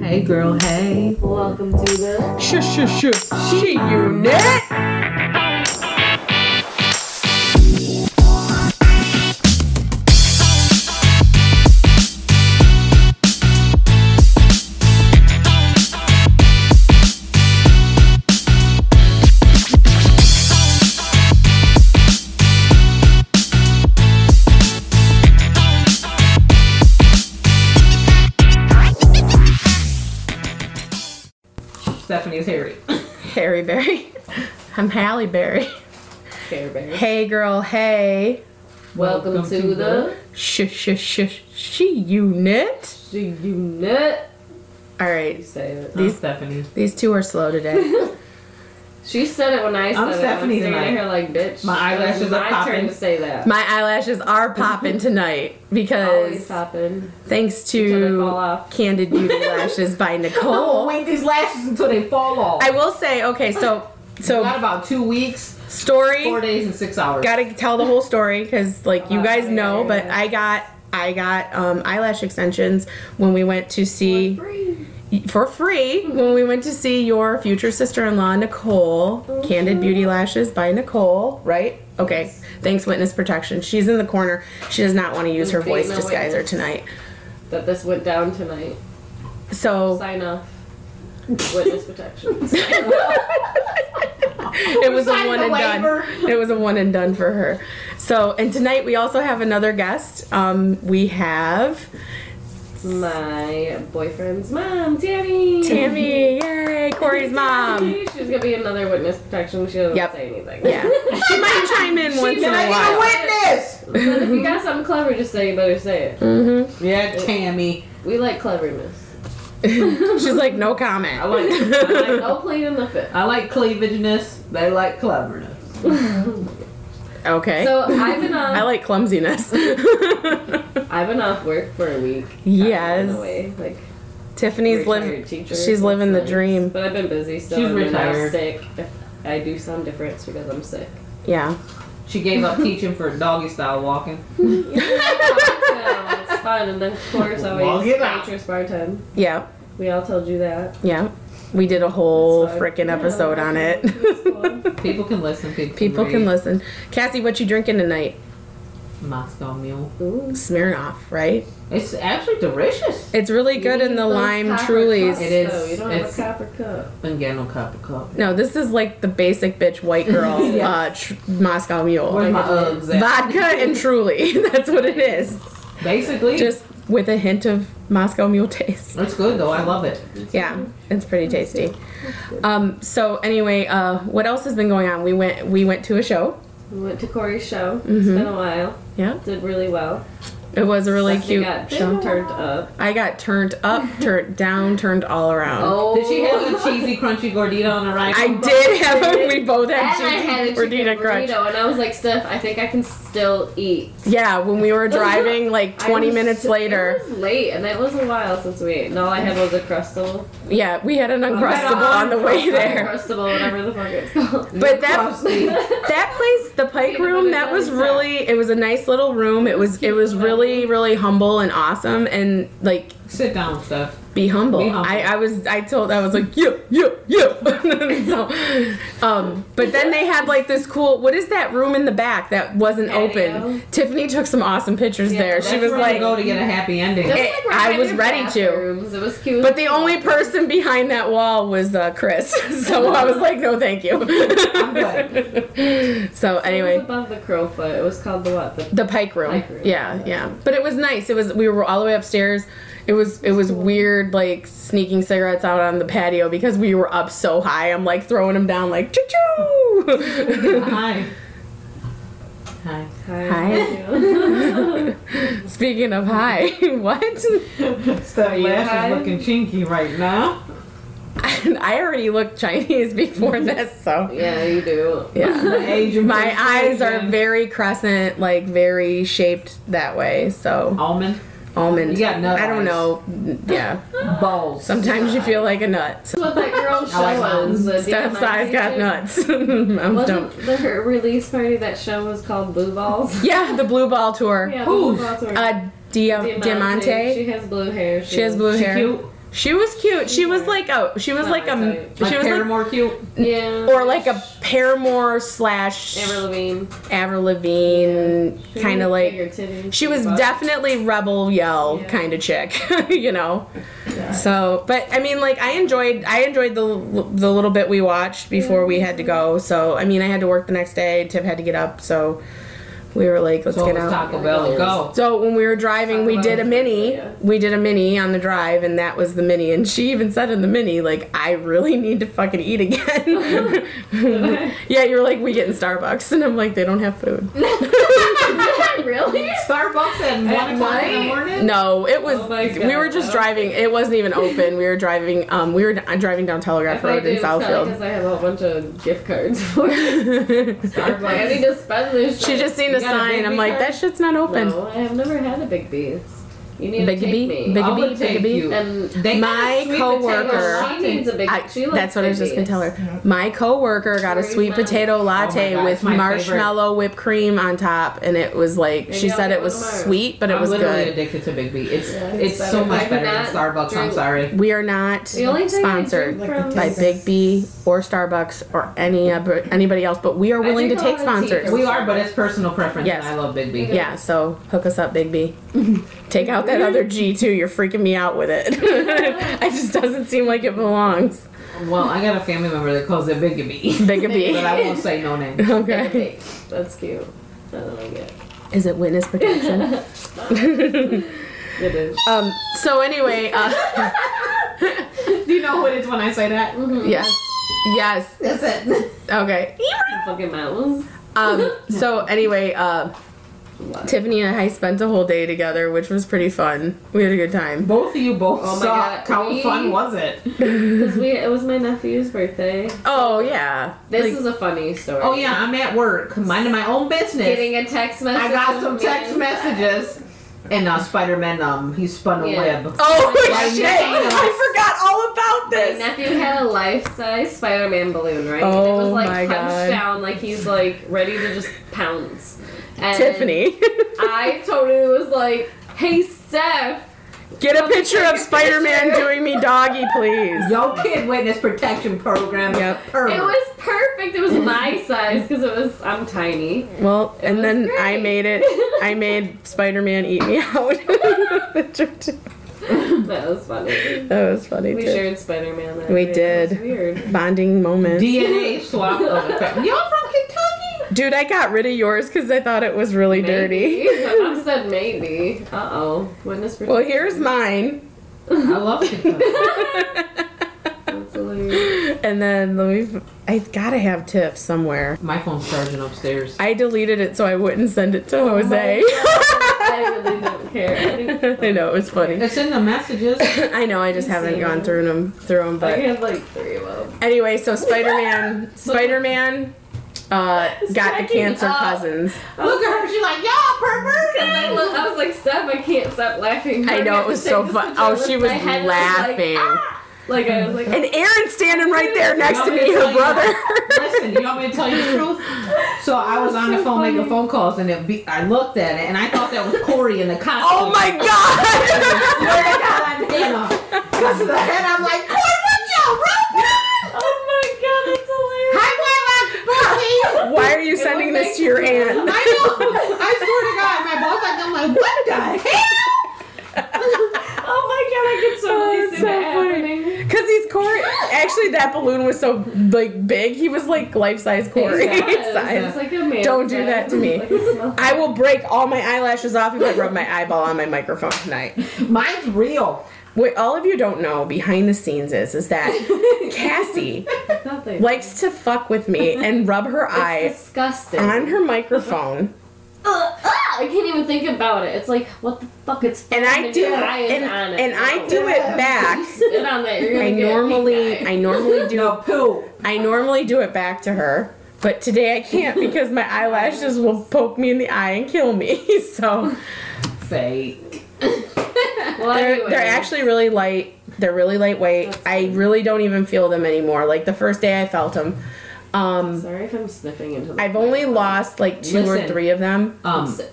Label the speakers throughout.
Speaker 1: Hey girl, hey.
Speaker 2: Welcome to the
Speaker 1: Shh, shh, shh. She unit. Stephanie is Harry.
Speaker 3: Harry Berry. I'm Halle Berry.
Speaker 2: Care Bear.
Speaker 3: Hey girl, hey.
Speaker 2: Welcome, to, the
Speaker 3: Shh shh shh she unit.
Speaker 2: She Unit.
Speaker 3: Alright.
Speaker 2: Say it.
Speaker 1: These Stephanie.
Speaker 3: These two are slow today.
Speaker 2: She said it when I said
Speaker 1: I'm
Speaker 2: it.
Speaker 1: Stephanie
Speaker 2: I'm
Speaker 1: tonight.
Speaker 2: sitting here like, bitch.
Speaker 1: My eyelashes
Speaker 2: it was
Speaker 1: are
Speaker 2: my
Speaker 1: popping.
Speaker 2: turn to say that.
Speaker 3: My eyelashes are popping tonight
Speaker 2: Always
Speaker 3: because
Speaker 2: popping.
Speaker 3: thanks
Speaker 2: Until they fall
Speaker 3: to
Speaker 2: off.
Speaker 3: Candid Beauty Lashes by Nicole.
Speaker 1: wait these lashes until they fall off.
Speaker 3: I will say, okay, so so
Speaker 1: got about two weeks, four
Speaker 3: story
Speaker 1: days, and six hours.
Speaker 3: gotta tell the whole story because like you
Speaker 2: Oh,
Speaker 3: guys
Speaker 2: yeah,
Speaker 3: know,
Speaker 2: yeah,
Speaker 3: but
Speaker 2: yeah.
Speaker 3: I got I got um, eyelash extensions when we went to see
Speaker 2: Free.
Speaker 3: for free when we went to see your future sister-in-law Nicole, Candid Beauty Lashes by Nicole, right? Okay. Thanks witness protection. She's in the corner. She does not want to use her
Speaker 2: There's
Speaker 3: voice
Speaker 2: no
Speaker 3: disguiser
Speaker 2: witness.
Speaker 3: tonight.
Speaker 2: That this went down tonight.
Speaker 3: So
Speaker 2: Sign off. Witness protection.
Speaker 3: it was a
Speaker 1: Sign
Speaker 3: one
Speaker 1: the
Speaker 3: and
Speaker 1: waiver.
Speaker 3: done. It was a one and done for her. So, and tonight we also have another guest. Um, we have
Speaker 2: My boyfriend's mom, Tammy.
Speaker 3: Tammy, yay, Corey's mom.
Speaker 2: She's gonna be another witness protection. She doesn't
Speaker 3: Yep.
Speaker 2: say anything.
Speaker 3: Yeah, she might chime in once in
Speaker 1: I
Speaker 3: a
Speaker 2: might.
Speaker 3: while.
Speaker 1: need a
Speaker 2: But if you got something clever to say, you better say it.
Speaker 1: witness. Yeah, Tammy.
Speaker 2: We like cleverness.
Speaker 3: She's like, no comment.
Speaker 2: I like, I like no plate in the fifth.
Speaker 1: I like cleavageness. They like cleverness.
Speaker 3: okay.
Speaker 2: So I've been off.
Speaker 3: I like clumsiness.
Speaker 2: I've been off work for a week. uh,
Speaker 3: Yes.
Speaker 2: In a way, like
Speaker 3: Tiffany's living.
Speaker 2: retired teacher,
Speaker 3: She's
Speaker 2: so
Speaker 3: living
Speaker 2: it's
Speaker 3: the
Speaker 2: nice.
Speaker 3: dream.
Speaker 2: But I've been busy still.
Speaker 1: She's
Speaker 2: and then I'm
Speaker 1: retired.
Speaker 2: sick. I do some difference because I'm sick.
Speaker 3: Yeah.
Speaker 1: She gave up teaching for doggy style walking.
Speaker 2: Yeah, it's fun. And then of course
Speaker 1: Walk
Speaker 2: always
Speaker 1: it out.
Speaker 2: waitress bartend.
Speaker 3: Yeah.
Speaker 2: We all told you that.
Speaker 3: Yeah. We did a whole
Speaker 2: That's fine.
Speaker 3: freaking
Speaker 2: Yeah,
Speaker 3: episode on it.
Speaker 2: that's cool.
Speaker 1: People can listen. People,
Speaker 3: People can
Speaker 1: read.
Speaker 3: listen. Cassie, what you drinking tonight?
Speaker 1: Moscow Mule.
Speaker 2: Ooh.
Speaker 3: Smirnoff, right?
Speaker 1: It's actually delicious.
Speaker 3: It's really good
Speaker 2: You
Speaker 3: in the
Speaker 2: need those
Speaker 3: lime
Speaker 2: copper
Speaker 3: Trulies.
Speaker 2: cups,
Speaker 1: It is.
Speaker 2: though. You don't
Speaker 1: It's-
Speaker 2: have a copper cup.
Speaker 1: Been getting no cup of coffee.
Speaker 3: No, this is like the basic bitch white girl
Speaker 1: Yes.
Speaker 3: uh, tr- Moscow Mule.
Speaker 1: Where's my Uggs at?
Speaker 3: Vodka and Truly. That's what it is.
Speaker 1: Basically,
Speaker 3: Just with a hint of Moscow Mule taste.
Speaker 1: it's good though. I love it.
Speaker 3: Yeah, it's pretty tasty. Um, so anyway, uh, what else has been going on? We went we went to a show.
Speaker 2: We went to Corey's show. It's been a while.
Speaker 3: Mm-hmm. Yeah,
Speaker 2: Did really well.
Speaker 3: it was a really
Speaker 2: Stephanie
Speaker 3: cute
Speaker 2: got
Speaker 3: show.
Speaker 2: turned up.
Speaker 3: I got turned up, turned down, turned all around.
Speaker 2: Oh,
Speaker 1: Did she have a cheesy crunchy gordita on her right?
Speaker 3: I did have
Speaker 2: did.
Speaker 3: a, we both
Speaker 2: And
Speaker 3: had
Speaker 2: I
Speaker 3: chicken
Speaker 2: had a
Speaker 3: gordita
Speaker 2: chicken
Speaker 3: crunch.
Speaker 2: burrito, and I was like, Steph, I think I can still eat.
Speaker 3: Yeah, when we were driving like
Speaker 2: I
Speaker 3: 20
Speaker 2: was-
Speaker 3: minutes later.
Speaker 2: It was late, and it was a while since we ate. And all I had was a crustable.
Speaker 3: Yeah, we had an
Speaker 1: had
Speaker 3: uncrustable on the way there.
Speaker 2: Crustable, whatever the fuck it's called.
Speaker 3: But that
Speaker 1: Crusty.
Speaker 3: that place, the Pike
Speaker 2: Peanut
Speaker 3: Room,
Speaker 2: butter
Speaker 3: that was
Speaker 2: jelly
Speaker 3: really it was a nice little room. It was it was really really humble and awesome and like
Speaker 1: Sit down, Steph.
Speaker 3: be humble.
Speaker 1: Be humble.
Speaker 3: I, I was I told I was like you you you. so, um, but then they had like this cool. What is that room in the back that wasn't
Speaker 2: Patio.
Speaker 3: open? Tiffany took some awesome pictures
Speaker 2: Yeah,
Speaker 3: there.
Speaker 2: that's
Speaker 3: She was
Speaker 1: where
Speaker 3: like,
Speaker 1: you go to get a happy ending.
Speaker 2: Just
Speaker 3: It-
Speaker 2: like we're
Speaker 3: I
Speaker 2: kind
Speaker 3: was
Speaker 2: of
Speaker 3: ready to.
Speaker 2: bathrooms, It was cute.
Speaker 3: but the only person behind that wall was uh, Chris. so I was like, no, thank you. so
Speaker 2: It was
Speaker 3: anyway.
Speaker 2: above the crowfoot. It was called the what? The
Speaker 3: The Pike room.
Speaker 2: Pike Room.
Speaker 3: yeah, yeah. But it was nice. It was we were all the way upstairs. It was it was weird, like sneaking cigarettes out on the patio because we were up so high. I'm like throwing them down, like choo choo.
Speaker 1: Hi. Hi.
Speaker 2: Hi.
Speaker 3: Speaking of high, what?
Speaker 1: Steph
Speaker 2: you
Speaker 1: Lash
Speaker 2: high?
Speaker 1: is looking chinky right now.
Speaker 3: I already looked Chinese before this, so
Speaker 2: yeah, you do.
Speaker 3: yeah.
Speaker 1: Asian
Speaker 3: My eyes are
Speaker 1: persuasion.
Speaker 3: very crescent, like very shaped that way. So
Speaker 1: almond
Speaker 3: almond.
Speaker 1: You got nut
Speaker 3: I don't
Speaker 1: eyes.
Speaker 3: know. Yeah.
Speaker 1: balls.
Speaker 3: Sometimes you feel like a nut.
Speaker 2: That's what that girl show
Speaker 1: like
Speaker 2: was. the
Speaker 3: Steph's
Speaker 2: DMI
Speaker 3: eyes got
Speaker 2: picture.
Speaker 3: nuts. Moms don't.
Speaker 2: Wasn't the her release party that show was called Blue Balls?
Speaker 3: Yeah, the Blue Ball Tour.
Speaker 2: yeah,
Speaker 1: Who's?
Speaker 2: Blue Balls were
Speaker 3: Uh, Dia- Diamante.
Speaker 2: She has blue hair.
Speaker 3: She has blue
Speaker 1: She
Speaker 3: hair.
Speaker 1: cute.
Speaker 3: She was cute. She was like a she was
Speaker 2: Not
Speaker 3: like
Speaker 2: my
Speaker 3: a
Speaker 2: type.
Speaker 3: she was like
Speaker 1: more cute.
Speaker 2: Yeah.
Speaker 3: or like a Paramore slash
Speaker 2: Amber Levine.
Speaker 3: Avril Lavigne kind of like she was definitely rebel yell
Speaker 2: Yeah.
Speaker 3: kind of chick, you know. So, but I mean, like I enjoyed I enjoyed the l- the little bit we watched before we had to go. So I mean, I had to work the next day. Tip had to get up, so we were like, let's
Speaker 1: So it
Speaker 3: get
Speaker 1: was
Speaker 3: out.
Speaker 1: Taco Bell. Go.
Speaker 3: So when we were driving, we did a mini.
Speaker 2: Yeah.
Speaker 3: We did a mini on the drive, and that was the mini. And she even said in the mini, like, I really need to fucking eat again. yeah, you were like, we get in Starbucks, and I'm like, they don't have food.
Speaker 2: really?
Speaker 1: Starbucks at one o'clock in the
Speaker 2: night?
Speaker 1: morning.
Speaker 3: No, it was.
Speaker 2: Oh my God,
Speaker 3: we were
Speaker 2: I
Speaker 3: just
Speaker 2: don't
Speaker 3: driving. It wasn't even open. We were driving. Um, we were d- driving down Telegraph
Speaker 2: If I
Speaker 3: Road in
Speaker 2: do,
Speaker 3: Southfield.
Speaker 2: because I have a whole bunch of gift cards for it.
Speaker 1: Starbucks.
Speaker 2: Like, I need to spend this.
Speaker 3: She
Speaker 2: shit.
Speaker 3: just seen a
Speaker 1: You got a
Speaker 3: sign.
Speaker 1: Big
Speaker 3: I'm
Speaker 1: B
Speaker 3: like,
Speaker 1: card?
Speaker 3: that shit's not open.
Speaker 2: No, I have never had a Big B's. You need
Speaker 3: Big
Speaker 2: to take
Speaker 3: B,
Speaker 2: me.
Speaker 3: Big
Speaker 1: I
Speaker 3: B,
Speaker 1: would
Speaker 3: Big
Speaker 1: take
Speaker 3: B.
Speaker 1: you.
Speaker 2: and
Speaker 1: They
Speaker 3: My
Speaker 1: got a sweet potato
Speaker 3: coworker-
Speaker 1: latte.
Speaker 2: She needs a big.
Speaker 3: I,
Speaker 2: she likes
Speaker 3: that's what I was
Speaker 2: Big
Speaker 3: just gonna
Speaker 2: Bs.
Speaker 3: tell her. My coworker got a
Speaker 2: Where's
Speaker 3: sweet
Speaker 2: mine?
Speaker 3: potato
Speaker 1: Oh
Speaker 3: latte
Speaker 1: my God,
Speaker 3: with
Speaker 1: it's my
Speaker 3: marshmallow whipped cream on top, and it was like she
Speaker 2: Maybe I'll
Speaker 3: said
Speaker 2: get
Speaker 3: it was
Speaker 2: one tomorrow.
Speaker 3: sweet, but it
Speaker 1: I'm
Speaker 3: was
Speaker 1: literally
Speaker 3: good.
Speaker 1: addicted to Big B. It's
Speaker 2: Yeah,
Speaker 1: it's
Speaker 2: it's better.
Speaker 1: so
Speaker 2: I
Speaker 1: much
Speaker 2: could
Speaker 1: better than
Speaker 2: not
Speaker 1: Starbucks. I'm
Speaker 2: drink-
Speaker 1: sorry.
Speaker 3: We are not
Speaker 2: The only thing I
Speaker 3: sponsored
Speaker 4: Like the
Speaker 2: drink from
Speaker 3: by
Speaker 4: Yes.
Speaker 3: Big B or Starbucks or any ob- anybody else, but we are
Speaker 2: I
Speaker 3: willing to
Speaker 2: drink a
Speaker 3: take
Speaker 2: lot of tea.
Speaker 3: sponsors.
Speaker 1: We are, but it's personal preference.
Speaker 3: Yes.
Speaker 1: and I love Big B.
Speaker 3: Yeah, so hook us up, Big B. Take out that other G too. You're freaking me out with it. it just doesn't seem like it belongs.
Speaker 1: Well, I got a family member that calls it Big B,
Speaker 3: Big B.
Speaker 1: but I won't say no name.
Speaker 2: Big
Speaker 3: Okay.
Speaker 2: Bs. That's cute. I like it.
Speaker 3: Is it witness protection?
Speaker 2: It is.
Speaker 3: um. So anyway. Uh,
Speaker 1: Do you know what it's when I say that?
Speaker 3: yes. Yes.
Speaker 1: That's it.
Speaker 3: Okay.
Speaker 2: Fucking mountains.
Speaker 3: Um. So anyway. Uh, Tiffany and I spent a whole day together, which was pretty fun. We had a good time.
Speaker 1: Both of you both
Speaker 2: Oh my
Speaker 1: saw
Speaker 2: God,
Speaker 1: how
Speaker 2: we-
Speaker 1: fun was it?
Speaker 2: Because we it was my nephew's birthday.
Speaker 3: Oh yeah.
Speaker 2: This
Speaker 3: Like,
Speaker 2: is a funny story.
Speaker 1: Oh yeah, I'm at work, minding my own business.
Speaker 2: Getting a text message.
Speaker 1: I got
Speaker 2: from
Speaker 1: some
Speaker 2: me.
Speaker 1: text messages, and uh, Spider Man um he spun a
Speaker 2: Yeah.
Speaker 1: web.
Speaker 3: Oh
Speaker 1: My
Speaker 3: shit!
Speaker 1: nails.
Speaker 3: I forgot all
Speaker 2: My
Speaker 3: about this.
Speaker 2: nephew had a life-size Spider-Man balloon, right? it
Speaker 3: Oh
Speaker 2: was like
Speaker 3: my
Speaker 2: punched
Speaker 3: God.
Speaker 2: down, like he's like ready to just pounce. And
Speaker 3: Tiffany.
Speaker 2: I totally was like, "Hey, Steph,
Speaker 3: Get a picture of
Speaker 2: Take a
Speaker 3: Spider Man
Speaker 2: picture.
Speaker 3: doing me doggy, please.
Speaker 1: Yo, kid witness protection program.
Speaker 3: Yep.
Speaker 1: Pervert.
Speaker 2: it was perfect. It was my size because it was I'm tiny."
Speaker 3: Well, and
Speaker 2: was
Speaker 3: then
Speaker 2: great.
Speaker 3: I made it. I made Spider Man eat me out. Picture too.
Speaker 2: That was funny.
Speaker 3: that was funny
Speaker 2: We
Speaker 3: too.
Speaker 2: shared Spider-Man. That
Speaker 3: We
Speaker 2: day.
Speaker 3: did.
Speaker 2: It was weird.
Speaker 3: Bonding moment,
Speaker 1: DNA swap. of the fa- Oh, Y'all from Kentucky?
Speaker 3: dude. I got rid of yours because I thought it was really dirty.
Speaker 2: dirty. I said maybe. Uh oh. Witness protection.
Speaker 3: Well, here's mine.
Speaker 1: I love Kentucky.
Speaker 2: That's hilarious.
Speaker 3: And then let me. I gotta have Tiff somewhere.
Speaker 1: My phone's charging upstairs.
Speaker 3: I deleted it so I wouldn't send it to
Speaker 2: Oh
Speaker 3: Jose.
Speaker 2: I really don't care. I think-
Speaker 3: I know it was funny.
Speaker 1: It's in the messages.
Speaker 3: I know I just
Speaker 2: You
Speaker 3: haven't
Speaker 2: see
Speaker 3: gone
Speaker 2: it.
Speaker 3: through them through them,
Speaker 2: I
Speaker 3: but
Speaker 2: have like three of them.
Speaker 3: Anyway, so Spider Man, Spider Man, uh, got the
Speaker 2: Cracking
Speaker 3: cancer
Speaker 2: up.
Speaker 3: cousins.
Speaker 1: Look at her. She's like, y'all perverted.
Speaker 2: I, look, I was like, Steph, I can't stop laughing.
Speaker 3: I
Speaker 2: I'm
Speaker 3: know
Speaker 2: gonna
Speaker 3: it was
Speaker 2: take
Speaker 3: so
Speaker 2: this
Speaker 3: fun.
Speaker 2: picture
Speaker 3: Oh,
Speaker 2: with
Speaker 3: she was
Speaker 2: my head,
Speaker 3: laughing,
Speaker 2: Like, I was like,
Speaker 3: and Aaron's standing right there next to
Speaker 1: Y'all
Speaker 3: me,
Speaker 1: gonna
Speaker 3: her
Speaker 1: tell you-
Speaker 3: brother.
Speaker 1: Listen, you want me to tell you the truth? So I was on the phone making phone calls, and it be- I looked at it, and I thought that was Corey in the costume. Oh
Speaker 3: Oh my god!
Speaker 1: Because of the head, I'm like, Corey, what y'all wrote?
Speaker 2: oh
Speaker 1: I went like, Bobby.
Speaker 3: Why are you
Speaker 2: It
Speaker 3: sending
Speaker 2: would
Speaker 3: this
Speaker 2: make
Speaker 3: to your
Speaker 2: sense.
Speaker 1: I
Speaker 3: aunt?
Speaker 1: know. I swear to God, my boss, like, I'm like, what the hell?
Speaker 2: my god! Oh
Speaker 3: Oh,
Speaker 2: my god! I get so many that
Speaker 3: it's so funny.
Speaker 2: happening.
Speaker 3: Because he's Corey. Actually, that balloon was so like big, he was like life size Corey
Speaker 2: Yes,
Speaker 3: size.
Speaker 2: It's like a man
Speaker 3: Don't do
Speaker 2: size.
Speaker 3: that to me.
Speaker 2: Like, it smells-
Speaker 3: I will break all my eyelashes off if I rub my eyeball on my microphone tonight.
Speaker 1: Mine's real.
Speaker 3: What all of you don't know behind the scenes is is that Cassie
Speaker 2: Nothing.
Speaker 3: likes to fuck with me and rub her
Speaker 2: It's
Speaker 3: eye
Speaker 2: disgusting.
Speaker 3: on her microphone.
Speaker 2: Ugh, ugh, I can't even think about it. It's like, what the fuck? It's
Speaker 3: And I
Speaker 2: fucking
Speaker 3: do
Speaker 2: your eye is
Speaker 3: and,
Speaker 2: on it.
Speaker 3: and I
Speaker 2: No.
Speaker 3: do it back.
Speaker 2: Sit on that. You're gonna
Speaker 3: I
Speaker 2: get a pink
Speaker 3: normally
Speaker 2: eye.
Speaker 3: I normally do
Speaker 1: No poo.
Speaker 3: I normally do it back to her, but today I can't because my eyelashes will poke me in the eye and kill me. So
Speaker 1: Fake.
Speaker 2: Well,
Speaker 3: they're,
Speaker 2: anyway.
Speaker 3: they're actually really light. They're really lightweight.
Speaker 2: That's
Speaker 3: I really don't even feel them anymore. Like the first day I felt them. Um,
Speaker 2: Sorry if I'm sniffing into. the
Speaker 3: I've only
Speaker 2: microphone.
Speaker 3: lost like two or
Speaker 1: Listen.
Speaker 3: three of them.
Speaker 2: I'm
Speaker 1: Um,
Speaker 2: sick.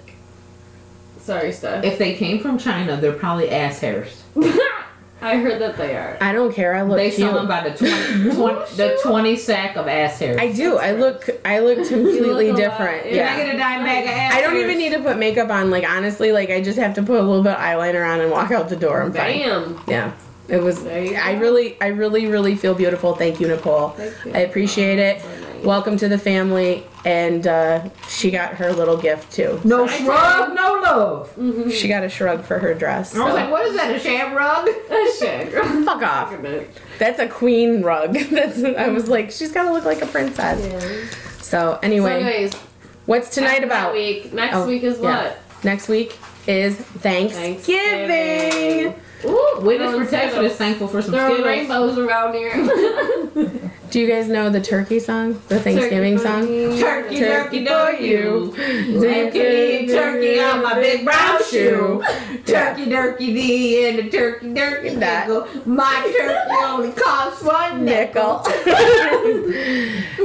Speaker 2: Sorry, Steph.
Speaker 1: if they came from China, they're probably ass hairs.
Speaker 2: I heard that they are.
Speaker 3: I don't care. I look
Speaker 1: They
Speaker 3: cute.
Speaker 1: sell them by the 20, 20 the 20 sack of ass hairs.
Speaker 3: I do. I look. I look completely
Speaker 2: a lot-
Speaker 3: different.
Speaker 2: yeah.
Speaker 1: Can
Speaker 3: yeah.
Speaker 1: I get a dime bag of ass
Speaker 3: I don't
Speaker 1: hairs?
Speaker 3: even need to put makeup on. Like honestly, like I just have to put a little bit of eyeliner on and walk out the door. I'm fine.
Speaker 2: Bam.
Speaker 3: Yeah. It was.
Speaker 2: There you
Speaker 3: I
Speaker 2: go.
Speaker 3: really, I really, really feel beautiful. Thank you, Nicole.
Speaker 2: Thank you.
Speaker 3: I appreciate it.
Speaker 2: So nice.
Speaker 3: Welcome to the family. And uh, she got her little gift too.
Speaker 1: No
Speaker 2: I
Speaker 1: shrug, no love.
Speaker 3: She got a shrug for her dress.
Speaker 1: I was like, what is that, a sham rug?
Speaker 2: Shit, girl.
Speaker 3: Fuck off.
Speaker 2: Oh, Fuck a minute.
Speaker 3: That's a queen rug. That's. I was like, she's gotta look like a princess. So
Speaker 2: So
Speaker 3: anyway,
Speaker 2: anyways,
Speaker 3: what's tonight
Speaker 2: after that
Speaker 3: about?
Speaker 2: week. Next
Speaker 3: Oh,
Speaker 2: week is
Speaker 3: yeah.
Speaker 2: what?
Speaker 3: Next week is Thanksgiving.
Speaker 2: Thanksgiving.
Speaker 1: Ooh, witness
Speaker 2: Throwing
Speaker 1: protection
Speaker 2: Skittles.
Speaker 1: is thankful for some
Speaker 2: There are
Speaker 1: Skittles.
Speaker 2: rainbows around here.
Speaker 3: Do you guys know the turkey song? The Thanksgiving song?
Speaker 1: Turkey, turkey,
Speaker 3: for
Speaker 1: for you.
Speaker 3: you.
Speaker 1: So you can eat turkey on my big brown shoe. Turkey, turkey, dee, and the turkey, turkey,
Speaker 3: That.
Speaker 1: nickel. My turkey only costs one
Speaker 3: Nickel.
Speaker 1: nickel.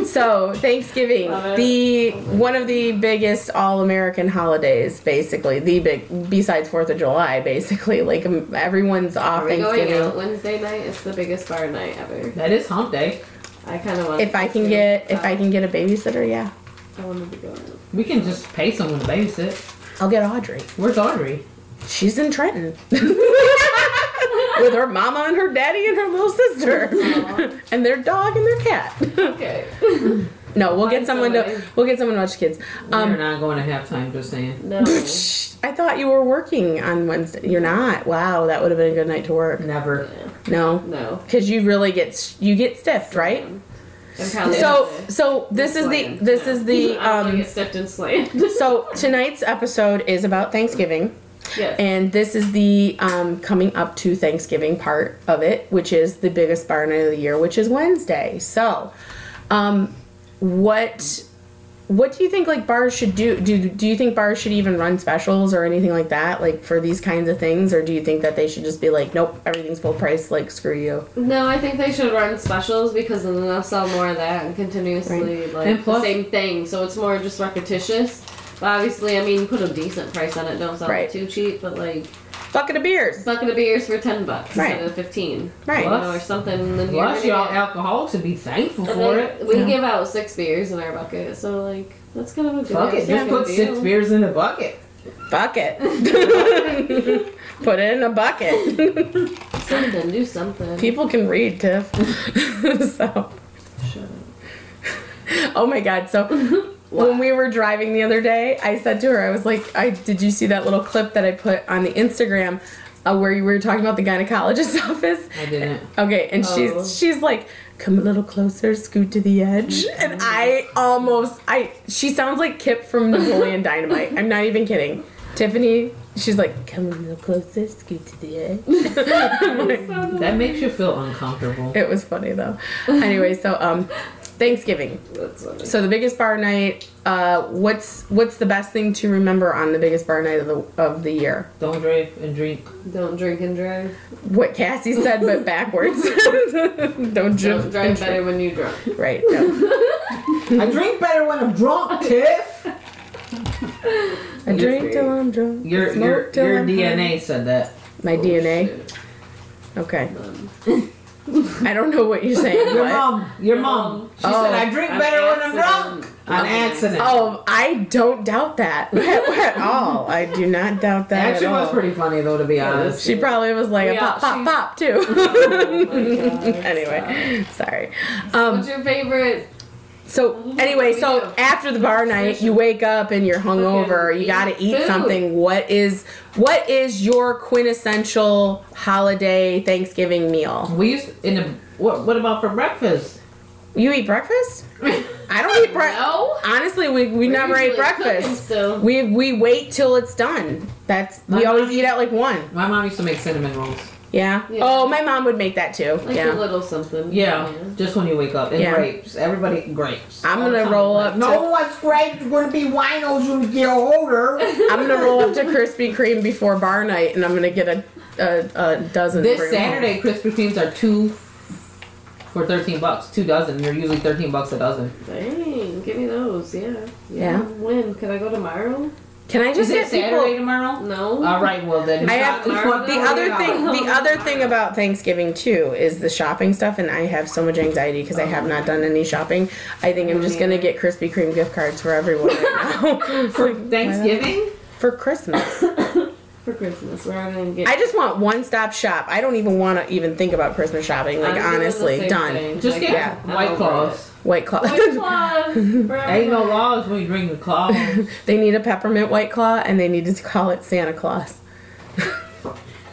Speaker 3: so Thanksgiving,
Speaker 2: Love it.
Speaker 3: the one of the biggest all-American holidays, basically the big besides Fourth of July, basically like um, everyone's off
Speaker 2: Are we going out
Speaker 3: Thanksgiving.
Speaker 2: Wednesday night? It's the biggest bar night ever.
Speaker 1: That is hump day.
Speaker 2: I kind of want.
Speaker 3: If I can get if I can get a babysitter, yeah,
Speaker 2: I wanted to go out.
Speaker 1: We can just pay someone to babysit.
Speaker 3: I'll get Audrey.
Speaker 1: Where's Audrey?
Speaker 3: She's in Trenton. With her mama and her daddy and her little sister. and their dog and their cat.
Speaker 2: Okay.
Speaker 3: No, we'll get
Speaker 2: Find
Speaker 3: someone to
Speaker 2: somebody.
Speaker 3: we'll get someone to watch the kids.
Speaker 1: You're
Speaker 3: Um
Speaker 1: not going to have time, just saying.
Speaker 2: No.
Speaker 3: I thought you were working on Wednesday. You're not. Wow, that would have been a good night to work.
Speaker 1: Never.
Speaker 3: No.
Speaker 2: No. Um,
Speaker 3: Cuz you really get s- you get stiffed, right?
Speaker 2: I'm probably
Speaker 3: So so this is the
Speaker 2: Slammed.
Speaker 3: this
Speaker 2: No.
Speaker 3: is
Speaker 2: I
Speaker 3: the
Speaker 2: don't wanna
Speaker 3: um
Speaker 2: get stepped and slammed.
Speaker 3: so tonight's episode is about Thanksgiving.
Speaker 2: yes.
Speaker 3: And this is the um, coming up to Thanksgiving part of it, which is the biggest bar night of the year, which is Wednesday. So, um, what what do you think like bars should do? Do do you think bars should even run specials or anything like that, like for these kinds of things, or do you think that they should just be like, nope, everything's full price, like screw you?
Speaker 2: no, I think they should run specials because then they'll sell more of that and continuously like
Speaker 1: And plus-
Speaker 2: the same thing. So it's more just repetitious. But obviously, I mean, put a decent price on it. Don't sell it
Speaker 3: Right.
Speaker 2: too cheap, but like
Speaker 3: Bucket of beers,
Speaker 2: bucket of beers for ten bucks
Speaker 3: Right.
Speaker 2: instead of fifteen,
Speaker 3: right?
Speaker 2: you know, or something. And then you're
Speaker 1: Plus,
Speaker 2: gonna
Speaker 1: y'all
Speaker 2: get-
Speaker 1: alcoholics would be thankful
Speaker 2: And
Speaker 1: for
Speaker 2: then
Speaker 1: it.
Speaker 2: We
Speaker 3: Yeah.
Speaker 2: give out six beers in our bucket, so like that's kind of a good
Speaker 1: Fuck
Speaker 2: that's
Speaker 1: it, just
Speaker 2: kind of
Speaker 1: put
Speaker 2: a
Speaker 1: six
Speaker 2: deal.
Speaker 1: beers in a bucket.
Speaker 3: Bucket. Put it in a bucket.
Speaker 2: Something, do something.
Speaker 3: People can read, Tiff. so.
Speaker 2: Shut up.
Speaker 3: Oh my god, so when we were driving the other day, I said to her, I was like, I did you see that little clip that I put on the Instagram uh, where you were talking about the gynecologist's office?
Speaker 1: I didn't.
Speaker 3: Okay, and
Speaker 2: Oh.
Speaker 3: she's she's like, come a little closer, scoot to the edge. And I almost I she sounds like Kip from Napoleon Dynamite. I'm not even kidding. Tiffany, she's like, come a little closer, scoot to the edge. I'm like,
Speaker 1: That makes you feel uncomfortable.
Speaker 3: it was funny though. Anyway, so um Thanksgiving.
Speaker 2: That's funny.
Speaker 3: So the biggest bar night. Uh, what's what's the best thing to remember on the biggest bar night of the of the year?
Speaker 1: Don't drink and drink.
Speaker 2: Don't drink and drive.
Speaker 3: What Cassie said, but backwards. Don't
Speaker 2: Don't
Speaker 3: jump.
Speaker 2: drive better when you drunk.
Speaker 3: Right. No.
Speaker 1: I drink better when I'm drunk, Tiff.
Speaker 3: I drink till I'm drunk.
Speaker 1: Your
Speaker 3: smoke
Speaker 1: your
Speaker 3: till
Speaker 1: your
Speaker 3: I'm
Speaker 1: DNA
Speaker 3: high.
Speaker 1: said that.
Speaker 3: My
Speaker 2: Oh,
Speaker 3: DNA.
Speaker 2: shit.
Speaker 3: Okay.
Speaker 2: Um,
Speaker 3: I don't know what you're saying.
Speaker 1: Your
Speaker 3: What?
Speaker 1: mom, your
Speaker 2: Your
Speaker 1: mom. Oh,
Speaker 2: mom.
Speaker 1: She said I drink
Speaker 2: On
Speaker 1: better when I'm
Speaker 2: accident.
Speaker 1: drunk. On
Speaker 2: Okay.
Speaker 1: accident.
Speaker 3: Oh, I don't doubt that at all. I do not
Speaker 1: that
Speaker 3: doubt that
Speaker 1: actually
Speaker 3: at
Speaker 1: was
Speaker 3: all.
Speaker 1: pretty funny though, to be honest.
Speaker 3: she probably was like a
Speaker 2: Yeah,
Speaker 3: pop, pop,
Speaker 2: she-
Speaker 3: pop too.
Speaker 2: Um, oh my God.
Speaker 3: anyway, sorry. Um,
Speaker 2: What's your favorite?
Speaker 3: So anyway, so after the bar night, you wake up and you're hungover. You gotta eat
Speaker 2: Food.
Speaker 3: something. What is what is your quintessential holiday Thanksgiving meal?
Speaker 1: we used in the what? What about for breakfast?
Speaker 3: You eat breakfast? I don't eat breakfast.
Speaker 2: No.
Speaker 3: Honestly, we, we
Speaker 2: We're
Speaker 3: never ate
Speaker 2: usually cooking
Speaker 3: breakfast.
Speaker 2: still.
Speaker 3: We we wait till it's done. That's we
Speaker 1: My
Speaker 3: always
Speaker 1: mom-
Speaker 3: eat at like one.
Speaker 1: My mom used to make cinnamon rolls.
Speaker 3: Yeah.
Speaker 2: Yeah.
Speaker 3: Oh, my mom would make that too.
Speaker 2: like a
Speaker 3: yeah.
Speaker 2: little something.
Speaker 1: Yeah, just when you wake up. And
Speaker 3: Yeah.
Speaker 1: grapes. Everybody eat grapes.
Speaker 3: I'm
Speaker 1: All the
Speaker 3: gonna
Speaker 1: time.
Speaker 3: roll up.
Speaker 1: No
Speaker 3: To,
Speaker 1: one wants grapes. We're gonna be winos when we get older.
Speaker 3: I'm gonna roll up to Krispy Kreme before bar night, and I'm gonna get a a, a dozen.
Speaker 1: this
Speaker 3: for-
Speaker 1: Saturday, Krispy Kremes are two for thirteen bucks. Two dozen. They're usually thirteen bucks a dozen.
Speaker 2: Dang, give me those. Yeah.
Speaker 3: Yeah.
Speaker 2: When? Can I go tomorrow?
Speaker 3: Can I
Speaker 1: Is
Speaker 3: just
Speaker 1: it
Speaker 3: get
Speaker 1: Saturday
Speaker 3: people?
Speaker 1: tomorrow?
Speaker 2: No.
Speaker 1: All right, well then.
Speaker 3: I have
Speaker 1: Stop marking
Speaker 3: the
Speaker 1: it
Speaker 3: other
Speaker 1: off.
Speaker 3: thing. The other thing about Thanksgiving too is the shopping stuff, and I have so much anxiety because I have not done any shopping. I think I'm just gonna get Krispy Kreme gift cards for everyone right now for
Speaker 1: Thanksgiving.
Speaker 3: for Christmas.
Speaker 2: for Christmas. We're gonna get.
Speaker 3: I just want one stop shop. I don't even want to even think about Christmas shopping. Like
Speaker 2: I'm doing the
Speaker 3: honestly,
Speaker 2: same
Speaker 3: done.
Speaker 2: thing.
Speaker 1: Just
Speaker 2: Like,
Speaker 1: get
Speaker 3: yeah,
Speaker 1: white
Speaker 2: I'm
Speaker 1: claws.
Speaker 3: White claw.
Speaker 2: White claws.
Speaker 1: Ain't no laws when you bring the claws.
Speaker 3: they need a peppermint white claw, and they need to call it Santa Claus.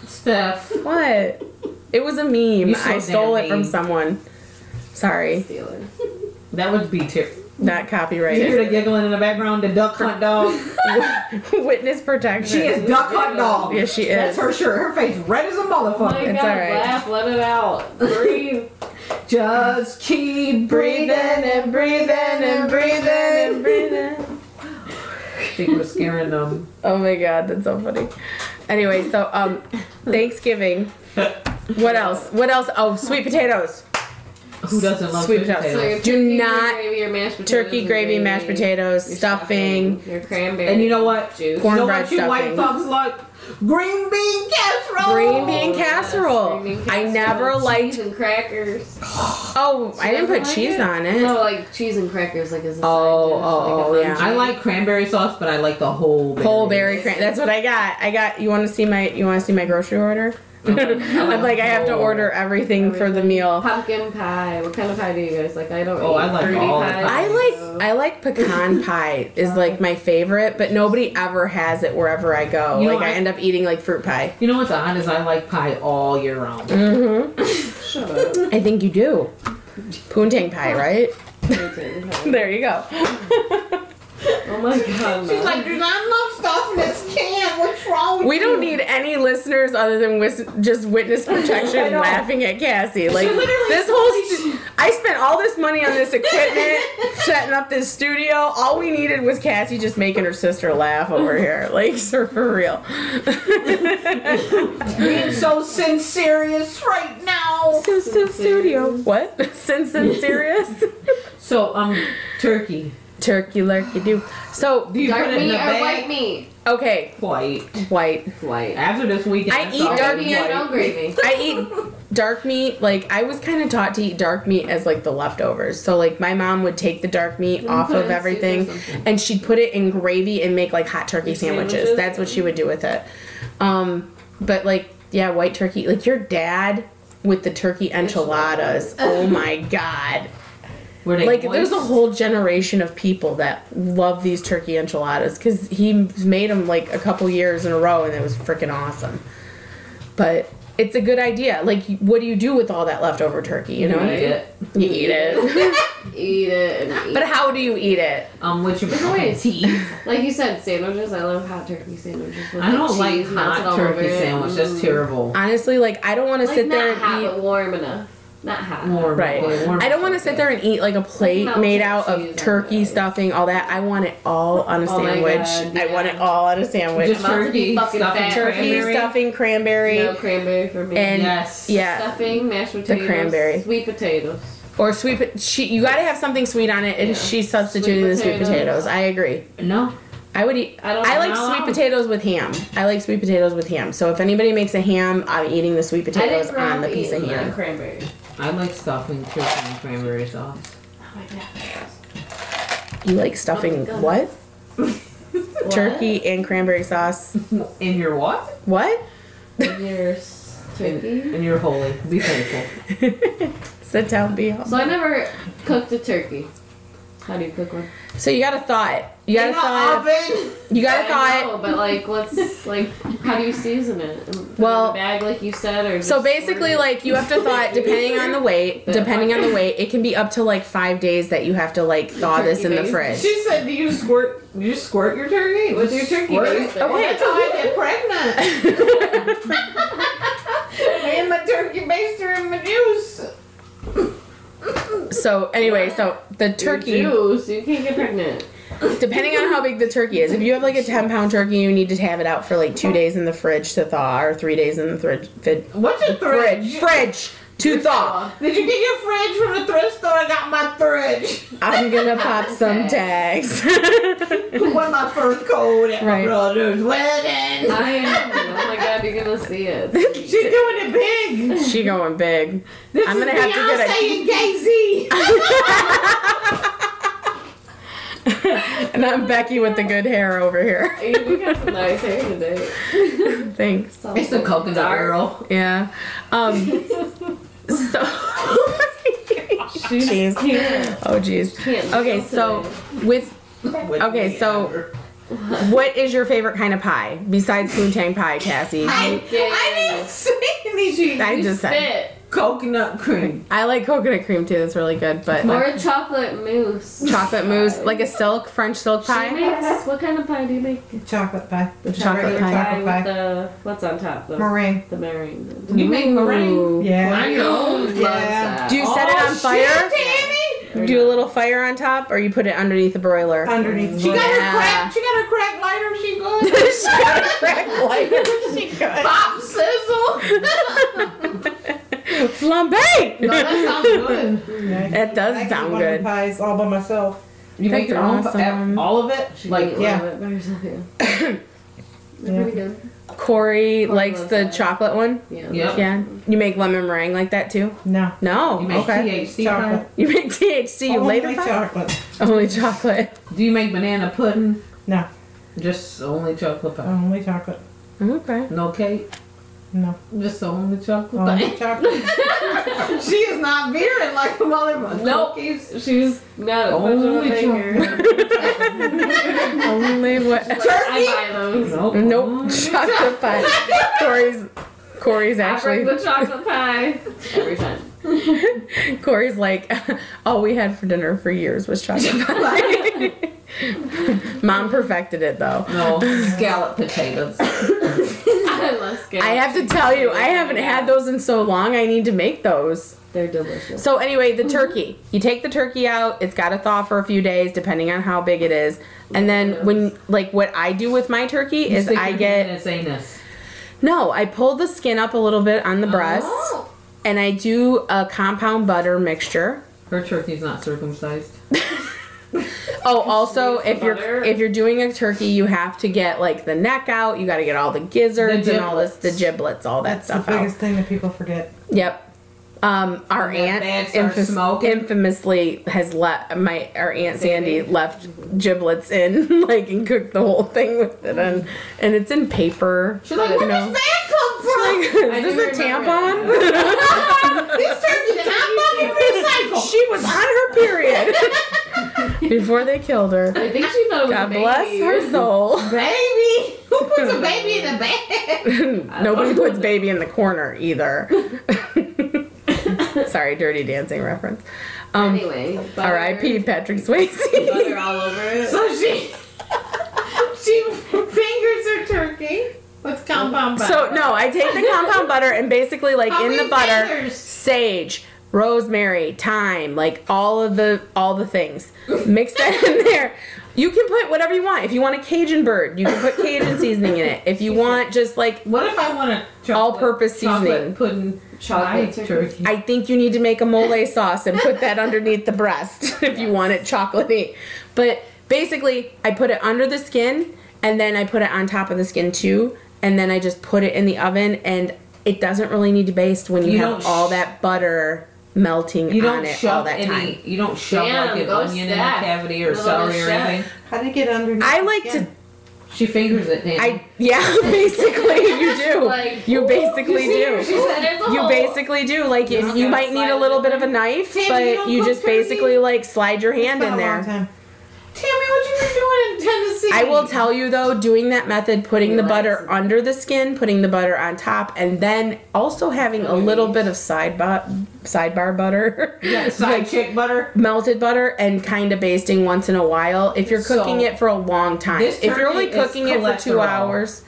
Speaker 1: Steph.
Speaker 3: What? It was a meme.
Speaker 1: You so
Speaker 3: I stole
Speaker 1: damn
Speaker 3: it from
Speaker 1: mean.
Speaker 3: someone. Sorry,
Speaker 2: Stealer.
Speaker 1: That would be terrible.
Speaker 3: not
Speaker 1: You
Speaker 3: copyrighted.
Speaker 1: hear the giggling in the background, the duck hunt dog.
Speaker 3: Witness protection.
Speaker 1: She is duck hunt dog.
Speaker 3: Yeah, she
Speaker 1: That's
Speaker 3: is.
Speaker 1: her shirt. Her face red as a
Speaker 2: Oh my
Speaker 1: motherfucker.
Speaker 2: god,
Speaker 3: alright.
Speaker 2: laugh, let it out. Breathe.
Speaker 1: Oh Just keep breathing and breathing and breathing and breathing. I think we're scaring them.
Speaker 3: Oh my god, that's so funny. Anyway, so um, Thanksgiving. What else? What else? Oh, sweet potatoes.
Speaker 1: Who doesn't love
Speaker 3: Sweet
Speaker 1: sweet
Speaker 3: potatoes.
Speaker 1: potatoes?
Speaker 2: So your
Speaker 3: Do
Speaker 2: turkey, your
Speaker 3: not-
Speaker 2: gravy, your mashed potatoes,
Speaker 3: Turkey
Speaker 2: your
Speaker 3: gravy, mashed potatoes,
Speaker 2: your
Speaker 3: stuffing.
Speaker 2: stuffing, your cranberry.
Speaker 1: And you know what?
Speaker 2: Juice.
Speaker 1: You know
Speaker 3: Cornbread
Speaker 1: what you white
Speaker 3: stuffing.
Speaker 1: folks like? Green bean casserole.
Speaker 3: Green bean
Speaker 2: Oh, yes,
Speaker 3: casserole.
Speaker 2: green bean
Speaker 3: I never
Speaker 2: casserole,
Speaker 3: liked.
Speaker 2: cheese and crackers.
Speaker 3: Oh, I didn't put
Speaker 2: Doesn't like
Speaker 3: cheese on it.
Speaker 2: No, like cheese and crackers, like as a side
Speaker 3: Oh,
Speaker 2: dish,
Speaker 3: oh, oh,
Speaker 2: like a
Speaker 3: yeah.
Speaker 2: lunch.
Speaker 1: I like cranberry sauce, but I like the whole berry.
Speaker 3: Whole berry cran That's what I got. I got. You want to see my? You want to see my grocery order? I'm like I have to order everything for the meal.
Speaker 2: Pumpkin pie. What kind of pie do you guys like? I don't.
Speaker 1: Oh,
Speaker 2: eat
Speaker 1: I like
Speaker 2: fruity
Speaker 1: all the
Speaker 2: pies,
Speaker 3: I
Speaker 2: so-
Speaker 3: like I like pecan pie is like my favorite, but nobody ever has it wherever I go.
Speaker 1: You know,
Speaker 3: like I,
Speaker 1: I-
Speaker 3: end up eating like fruit pie.
Speaker 1: You know what's odd is I like pie all year round.
Speaker 2: Shut up.
Speaker 3: I think you do. Poontang pie, right?
Speaker 2: Fruity pie.
Speaker 3: There you go.
Speaker 2: oh my god.
Speaker 1: She's
Speaker 2: no.
Speaker 1: like, there's not enough stuff in this can. What's wrong with
Speaker 3: we
Speaker 1: you?
Speaker 3: don't need any listeners other than wis- just witness protection laughing at Cassie. Like
Speaker 1: literally
Speaker 3: this whole stu- I spent all this money on this equipment, setting up this studio. All we needed was Cassie just making her sister laugh over here. Like so for real.
Speaker 1: being so sincerious right now.
Speaker 3: Sin Sin Studio. What? Sin Sin Serious?
Speaker 1: So um, turkey.
Speaker 3: Turkey lurkey do. So,
Speaker 1: Do you
Speaker 2: dark
Speaker 1: put it in
Speaker 2: meat
Speaker 1: a
Speaker 2: or
Speaker 1: bag?
Speaker 2: white meat?
Speaker 3: okay,
Speaker 1: White.
Speaker 3: white.
Speaker 2: White.
Speaker 1: After this weekend,
Speaker 3: I
Speaker 1: it's
Speaker 3: eat
Speaker 1: all
Speaker 3: dark
Speaker 2: Gravy
Speaker 3: meat.
Speaker 2: or no gravy?
Speaker 3: I eat dark meat. Like, I was kind of taught to eat dark meat as, like, the leftovers. So, like, my mom would take the dark meat off
Speaker 2: put it
Speaker 3: of
Speaker 2: in soup or
Speaker 3: everything
Speaker 2: something.
Speaker 3: and she'd put it in gravy and make, like, hot turkey
Speaker 2: Like
Speaker 3: sandwiches.
Speaker 2: sandwiches?
Speaker 3: That's what she would do with it. Um, but, like, yeah, white turkey. Like, your dad with the turkey enchiladas. Oh my god.
Speaker 1: Were they
Speaker 3: like there's a
Speaker 1: moist?
Speaker 3: whole generation of people that love these turkey enchiladas because he made them like a couple years in a row and it was freaking awesome but it's a good idea like what do you do with all that leftover turkey you know
Speaker 1: You eat it.
Speaker 3: you eat it
Speaker 2: Eat it and eat.
Speaker 3: but how do you eat it
Speaker 1: Um, what you
Speaker 2: There's always-
Speaker 1: Tea.
Speaker 2: like you said, sandwiches. I love hot turkey sandwiches. With
Speaker 1: I don't
Speaker 2: the
Speaker 1: like
Speaker 2: cheese melted
Speaker 1: hot
Speaker 2: all over
Speaker 1: turkey
Speaker 2: it.
Speaker 1: sandwich. That's
Speaker 2: Mm.
Speaker 1: terrible.
Speaker 3: honestly like i don't want to
Speaker 2: Like
Speaker 3: sit
Speaker 2: not
Speaker 3: there
Speaker 2: hot,
Speaker 3: and eat
Speaker 2: but warm enough. Not hot.
Speaker 1: Warm,
Speaker 3: Right.
Speaker 1: boy, warm
Speaker 3: I don't want to
Speaker 1: turkey.
Speaker 3: sit there and eat like a plate
Speaker 2: Like
Speaker 3: made
Speaker 2: melted
Speaker 3: out
Speaker 2: cheese
Speaker 3: of
Speaker 2: on
Speaker 3: turkey
Speaker 2: it.
Speaker 3: stuffing, all that. I want it all on a
Speaker 2: Oh my
Speaker 3: sandwich.
Speaker 2: God,
Speaker 3: I want
Speaker 2: yeah.
Speaker 3: it all on a sandwich.
Speaker 1: Just
Speaker 2: Melted
Speaker 1: turkey,
Speaker 2: fucking
Speaker 1: stuffing,
Speaker 2: fat
Speaker 3: turkey
Speaker 1: cranberry.
Speaker 3: stuffing, cranberry,
Speaker 2: No cranberry for me.
Speaker 3: And-
Speaker 1: Yes.
Speaker 3: yeah.
Speaker 2: Stuffing, mashed potatoes,
Speaker 3: cranberry.
Speaker 2: sweet potatoes.
Speaker 3: Or sweet, po- she you got to have something sweet on it, and
Speaker 2: Yeah.
Speaker 3: she's substituting the sweet
Speaker 2: potatoes.
Speaker 3: potatoes. I agree.
Speaker 1: No.
Speaker 3: I would eat.
Speaker 2: I
Speaker 3: I,
Speaker 2: don't-
Speaker 3: like
Speaker 1: no.
Speaker 3: sweet potatoes with ham. I like sweet potatoes with ham. So if anybody makes a ham, I'm eating the sweet
Speaker 2: I
Speaker 3: potatoes
Speaker 2: didn't grow
Speaker 3: on the
Speaker 2: up
Speaker 3: piece of
Speaker 2: eating
Speaker 3: ham.
Speaker 2: cranberry.
Speaker 1: I like stuffing turkey and cranberry sauce.
Speaker 2: Oh my god.
Speaker 3: You like stuffing
Speaker 2: God.
Speaker 3: what? Turkey and cranberry sauce.
Speaker 1: In your what?
Speaker 3: What?
Speaker 2: Yours. Turkey.
Speaker 1: In your holy. Be thankful.
Speaker 3: Sit down, be home.
Speaker 2: So I never cooked a turkey. How do you cook one?
Speaker 3: So you got to thaw it. You got to
Speaker 1: In the
Speaker 3: thaw it.
Speaker 1: oven.
Speaker 3: You got to thaw
Speaker 2: I
Speaker 3: it.
Speaker 2: know, but like, what's like? How do you season it? Put it in a
Speaker 3: Well-
Speaker 2: bag like you said, or
Speaker 3: So
Speaker 2: just
Speaker 3: basically,
Speaker 2: order it?
Speaker 3: like you have to thaw it depending on the weight.
Speaker 2: Yeah.
Speaker 3: Depending on the weight, it can be up to like five days that you have to like thaw this in the
Speaker 2: Turkey
Speaker 3: fridge.
Speaker 1: She said, "Do you squirt? You just squirt your turkey with your turkey?"
Speaker 2: Squirt
Speaker 1: baster?"
Speaker 2: it.
Speaker 1: Well, that's how I get pregnant. Me and my turkey baster and my juice.
Speaker 3: So anyway, so the turkey,
Speaker 2: Your juice, you can't get pregnant.
Speaker 3: depending on how big the turkey is, if you have like a ten pound turkey, you need to have it out for like two days in the fridge to thaw, or three days in the fridge. Fid,
Speaker 1: What's your
Speaker 3: fridge,
Speaker 1: fridge?
Speaker 3: fridge.
Speaker 1: Two thought. Did you get your fridge from the thrift store? I got my fridge.
Speaker 3: I'm gonna pop some tags. right.
Speaker 1: Who won my first coat at
Speaker 3: Right.
Speaker 1: my brother's wedding?
Speaker 2: I am. Oh my god, you're gonna see it.
Speaker 1: She's doing it big.
Speaker 3: She going big.
Speaker 1: This
Speaker 3: I'm gonna
Speaker 1: is
Speaker 3: have to get a-
Speaker 1: Beyonce and Jay Z.
Speaker 3: and I'm Becky with the good hair over here.
Speaker 2: Hey, we got some nice hair today.
Speaker 3: Thanks.
Speaker 1: It's the coconut girl.
Speaker 3: Yeah. Um. so. Jeez. Oh, jeez.
Speaker 2: Can't
Speaker 3: Okay,
Speaker 2: deal
Speaker 3: so with Okay, so- what is your favorite kind of pie besides Poontang pie, Cassie?
Speaker 1: I, I didn't say anything.
Speaker 3: I
Speaker 2: You
Speaker 3: just said
Speaker 2: spit.
Speaker 1: coconut cream.
Speaker 3: I like coconut cream too. That's really good, but
Speaker 2: Or
Speaker 3: like
Speaker 2: a chocolate mousse.
Speaker 3: chocolate mousse, like a silk French silk
Speaker 2: She
Speaker 3: pie.
Speaker 2: makes- what kind of pie do you make?
Speaker 4: Chocolate pie. The
Speaker 3: Chocolate
Speaker 4: regular
Speaker 3: pie.
Speaker 4: Chocolate
Speaker 2: with
Speaker 4: pie.
Speaker 2: the what's on top? The
Speaker 4: Meringue.
Speaker 2: The meringue.
Speaker 1: You make meringue.
Speaker 3: Ooh.
Speaker 4: Yeah.
Speaker 2: Loves that.
Speaker 3: Do you set it
Speaker 1: Oh,
Speaker 3: on fire?
Speaker 1: Shit, Tammy.
Speaker 3: Do a little fire on top, or you put it underneath the broiler.
Speaker 1: Um,
Speaker 4: Underneath.
Speaker 1: She got
Speaker 3: Yeah.
Speaker 1: her crack. She got her crack lighter. She good.
Speaker 3: She got a crack lighter. She got
Speaker 1: Pop sizzle.
Speaker 3: flambe.
Speaker 1: No, that sounds good.
Speaker 4: That
Speaker 3: It does sound good.
Speaker 4: Pies all by myself.
Speaker 1: You
Speaker 3: That's
Speaker 1: make your own
Speaker 3: awesome.
Speaker 1: all of it.
Speaker 2: She
Speaker 1: Like
Speaker 2: like
Speaker 4: yeah.
Speaker 2: yeah. By herself, yeah. They're
Speaker 4: Yeah.
Speaker 2: pretty good.
Speaker 3: Corey
Speaker 2: Corey
Speaker 3: likes
Speaker 2: loves
Speaker 3: the
Speaker 2: that.
Speaker 3: chocolate one.
Speaker 2: Yeah.
Speaker 1: Yep.
Speaker 3: Yeah, you make lemon meringue like that too.
Speaker 4: No.
Speaker 3: No,
Speaker 1: you make
Speaker 3: okay.
Speaker 1: THC.
Speaker 4: Chocolate.
Speaker 3: you make THC. You
Speaker 4: Only
Speaker 3: later. pie?
Speaker 4: chocolate.
Speaker 3: Only chocolate.
Speaker 1: Do you make banana pudding?
Speaker 4: No.
Speaker 1: Just only chocolate pie.
Speaker 4: Only chocolate.
Speaker 3: Okay.
Speaker 1: No cake.
Speaker 4: No.
Speaker 1: Just only chocolate
Speaker 4: Only
Speaker 1: pie.
Speaker 4: chocolate.
Speaker 1: she is not veering like the mother.
Speaker 2: Nope.
Speaker 1: Cookies.
Speaker 2: She's not a
Speaker 1: Only
Speaker 2: only baker.
Speaker 3: Only what?
Speaker 2: I buy those.
Speaker 1: Nope.
Speaker 3: Nope. Chocolate pie. Corey's Corey's
Speaker 2: I bring
Speaker 3: actually
Speaker 2: the chocolate pie every time.
Speaker 3: Corey's like all we had for dinner for years was chocolate pie. Mom perfected it though.
Speaker 1: No. Scallop potatoes.
Speaker 2: I love scale.
Speaker 3: I have to tell you, I haven't had those in so long. I need to make those.
Speaker 2: They're delicious.
Speaker 3: So anyway,
Speaker 1: Mm-hmm.
Speaker 3: the turkey. You take the turkey out. It's got to thaw for a few days, depending on how big it is. And then when, like, what I do with my turkey is
Speaker 1: Stick
Speaker 3: I
Speaker 1: your
Speaker 3: get
Speaker 1: hand in its anus.
Speaker 3: No, I pull the skin up a little bit on the breast
Speaker 1: Oh.
Speaker 3: and I do a compound butter mixture.
Speaker 1: Her turkey's not circumcised.
Speaker 3: Oh, also
Speaker 2: needs the
Speaker 3: if you're
Speaker 2: butter.
Speaker 3: if you're doing a turkey, you have to get like the neck out. You got to get all the gizzards
Speaker 1: The
Speaker 3: and all this, the giblets, all that
Speaker 4: That's the
Speaker 3: stuff out.
Speaker 4: biggest thing that people forget.
Speaker 3: Yep. Um, our
Speaker 1: And that bad
Speaker 3: aunt
Speaker 1: starts
Speaker 3: infam-
Speaker 1: smoking.
Speaker 3: infamously has left my our aunt Sandy,
Speaker 2: Sandy.
Speaker 3: left giblets in like and cooked the whole thing with it and and it's in paper.
Speaker 1: She's like, where
Speaker 3: You know?
Speaker 1: does that come from?
Speaker 2: I
Speaker 3: Is
Speaker 2: do
Speaker 3: this a
Speaker 2: remember
Speaker 3: tampon?
Speaker 1: this turkey did not fucking recycle.
Speaker 3: She was on her period before they killed her.
Speaker 2: I think she thought it was
Speaker 3: God
Speaker 2: a baby.
Speaker 3: bless her soul.
Speaker 1: Baby, who puts a baby in a bag?
Speaker 3: Nobody puts baby in the corner either. Sorry, dirty dancing reference. Um,
Speaker 2: Anyway, butter-
Speaker 3: R.I.P. Patrick Swayze.
Speaker 2: Butter all over it.
Speaker 1: So she she fingers her turkey with compound butter.
Speaker 3: So no, I take the compound butter and basically like
Speaker 1: How
Speaker 3: in the
Speaker 1: many
Speaker 3: butter,
Speaker 1: fingers?
Speaker 3: sage, rosemary, thyme, like all of the all the things. Mix that in there. You can put whatever you want. If you want a Cajun bird, you can put Cajun seasoning in it. If you want just like
Speaker 1: what if I want a chocolate,
Speaker 3: All-purpose seasoning.
Speaker 1: chocolate pudding
Speaker 2: Chocolate
Speaker 1: pie
Speaker 2: turkey.
Speaker 1: turkey?
Speaker 3: I think you need to make a mole sauce and put that underneath the breast if you want it chocolatey. But basically, I put it under the skin and then I put it on top of the skin too. And then I just put it in the oven and it doesn't really need to baste when you,
Speaker 1: You
Speaker 3: have
Speaker 1: don't sh-
Speaker 3: all that butter melting
Speaker 1: You
Speaker 3: on
Speaker 1: don't
Speaker 3: it all
Speaker 1: shove
Speaker 3: that
Speaker 1: any.
Speaker 3: time.
Speaker 1: You don't shove
Speaker 2: Damn,
Speaker 1: like an
Speaker 2: go
Speaker 1: onion in a
Speaker 2: stack.
Speaker 1: cavity or
Speaker 2: Little
Speaker 1: celery or
Speaker 2: chef.
Speaker 1: anything.
Speaker 4: How do you get underneath?
Speaker 3: I
Speaker 4: the
Speaker 3: like to
Speaker 4: skin?
Speaker 1: She fingers it. Nancy.
Speaker 3: I yeah, basically you do.
Speaker 2: Like,
Speaker 3: you basically
Speaker 1: you see her?
Speaker 3: do.
Speaker 1: She said
Speaker 2: there's a
Speaker 3: You
Speaker 2: hole.
Speaker 3: basically do. Like if
Speaker 2: don't
Speaker 3: you
Speaker 2: gotta
Speaker 3: might need
Speaker 2: slide
Speaker 3: a
Speaker 2: it
Speaker 3: little
Speaker 2: in
Speaker 3: bit of a
Speaker 2: there.
Speaker 3: knife,
Speaker 1: Tim, you
Speaker 3: but
Speaker 1: don't
Speaker 3: you
Speaker 1: cook
Speaker 3: just
Speaker 1: turkey?
Speaker 3: basically like slide your
Speaker 4: It's
Speaker 3: hand
Speaker 4: been
Speaker 3: in
Speaker 4: a long
Speaker 3: there.
Speaker 4: time.
Speaker 1: Tammy, what you been doing in Tennessee?
Speaker 3: I will tell you though, doing that method, putting the butter
Speaker 2: Relaxing.
Speaker 3: under the skin, putting the butter on top, and then also having a little bit of side bu- sidebar butter,
Speaker 1: Yeah, side chick butter.
Speaker 3: melted butter, and kind of basting once in a while. If you're cooking
Speaker 1: So,
Speaker 3: it for a long time,
Speaker 1: this
Speaker 3: if you're only
Speaker 1: turkey is
Speaker 3: cooking it for two
Speaker 1: cholesterol.
Speaker 3: hours,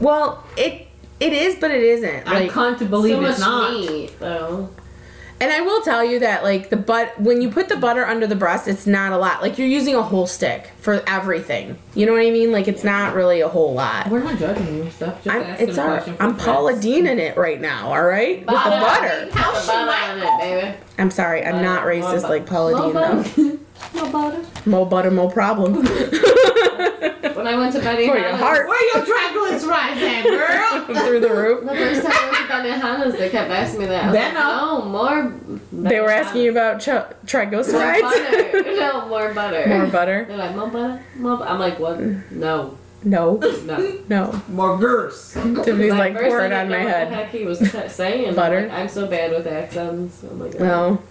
Speaker 3: well, it it is, but it isn't.
Speaker 1: I
Speaker 3: Like
Speaker 1: can't believe
Speaker 2: so
Speaker 1: it's
Speaker 2: much
Speaker 1: not.
Speaker 2: meat, though.
Speaker 3: And I will tell you that like the but when you put the butter under the breast, it's not a lot. Like you're using a whole stick for everything. You know what I mean? Like it's not really a whole lot.
Speaker 1: We're not judging you, stuff. Just
Speaker 3: I'm,
Speaker 1: asking
Speaker 3: it's
Speaker 1: a
Speaker 3: our,
Speaker 1: question. for
Speaker 3: I'm
Speaker 1: friends.
Speaker 3: Paula Dean in it right now, all right? With the butter.
Speaker 2: How should I? Baby.
Speaker 3: I'm sorry, I'm not
Speaker 1: Butter, more
Speaker 3: racist
Speaker 1: butter.
Speaker 3: like Paula
Speaker 2: No
Speaker 3: Dean though.
Speaker 2: butter. No butter.
Speaker 3: Mo butter, mo problem.
Speaker 2: When I went to Benny
Speaker 3: For your heart.
Speaker 1: Where your dragulets rise at, girl?
Speaker 3: Through the roof.
Speaker 2: The first time I went to Benihana's, they kept asking me that. I was
Speaker 1: Then
Speaker 2: like,
Speaker 1: I'll-
Speaker 2: no, more.
Speaker 3: They were asking you about ch-
Speaker 2: more
Speaker 3: triglycerides.
Speaker 2: butter. No, more butter.
Speaker 3: More butter?
Speaker 2: They're like, more butter, more. bu-" I'm like, what? No,
Speaker 3: No,
Speaker 2: no.
Speaker 3: no.
Speaker 1: More girths.
Speaker 3: Tiffany's like,
Speaker 2: first
Speaker 3: pour
Speaker 2: I
Speaker 3: it
Speaker 2: didn't
Speaker 3: on
Speaker 2: know
Speaker 3: my
Speaker 2: what the
Speaker 3: head.
Speaker 2: heck he was t- saying.
Speaker 3: Butter?
Speaker 2: I'm, like, I'm so bad with accents. Oh my god.
Speaker 3: No.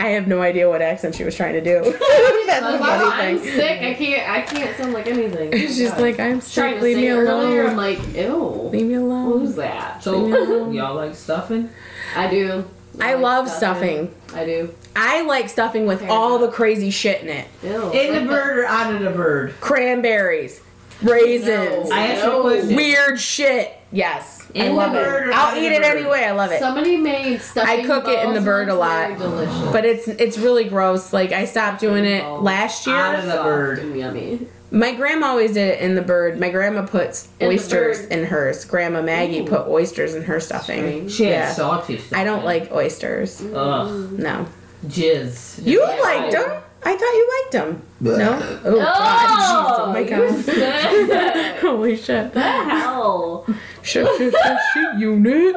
Speaker 3: I have no idea what accent she was trying to do.
Speaker 4: That's
Speaker 2: I'm, like,
Speaker 4: the funny
Speaker 2: I'm
Speaker 4: thing.
Speaker 2: sick. I can't. I can't sound like anything.
Speaker 3: She's
Speaker 2: God.
Speaker 3: like, I'm
Speaker 2: trying
Speaker 3: sick,
Speaker 2: to
Speaker 3: leave
Speaker 2: sing
Speaker 3: me
Speaker 2: earlier. I'm
Speaker 3: alone.
Speaker 2: like, ew.
Speaker 3: Leave me alone.
Speaker 2: Who's that?
Speaker 1: So y'all like stuffing?
Speaker 2: I do.
Speaker 3: I
Speaker 2: like
Speaker 3: love stuffing.
Speaker 2: I do.
Speaker 3: I like stuffing with all the crazy shit in it.
Speaker 2: Ew.
Speaker 1: In
Speaker 2: Like
Speaker 1: the bird or out of the bird?
Speaker 3: Cranberries, raisins,
Speaker 2: No.
Speaker 1: I asked you a
Speaker 2: No.
Speaker 1: question.
Speaker 3: weird shit. Yes. I
Speaker 1: In the
Speaker 3: love
Speaker 1: bird
Speaker 3: it.
Speaker 1: or out
Speaker 3: I'll
Speaker 1: of
Speaker 3: eat
Speaker 1: the
Speaker 3: it
Speaker 1: bird?
Speaker 3: anyway. I love it.
Speaker 2: Somebody made stuffing.
Speaker 3: I cook it in the
Speaker 2: balls
Speaker 3: bird a
Speaker 2: once.
Speaker 3: lot,
Speaker 2: They were delicious.
Speaker 3: But it's it's really gross. Like I stopped doing it last
Speaker 1: Out
Speaker 3: year.
Speaker 1: of the
Speaker 2: Soft
Speaker 1: bird.
Speaker 2: and yummy.
Speaker 3: My grandma always did it in the bird. My grandma puts
Speaker 2: In the
Speaker 3: oysters
Speaker 2: bird.
Speaker 3: in hers. Grandma Maggie
Speaker 2: Ooh.
Speaker 3: put oysters in her stuffing.
Speaker 2: Strange.
Speaker 1: She had
Speaker 3: Yeah.
Speaker 1: salty stuff.
Speaker 3: I don't like oysters.
Speaker 1: Ugh.
Speaker 3: No.
Speaker 1: Jizz.
Speaker 3: You
Speaker 2: Yeah.
Speaker 3: liked them? I thought you liked them. No? Oh,
Speaker 2: Oh,
Speaker 3: God. Jeez,
Speaker 2: you
Speaker 3: oh my
Speaker 2: sick.
Speaker 3: God. Holy shit.
Speaker 2: The hell?
Speaker 3: Shit, shit, shit, shit, unit.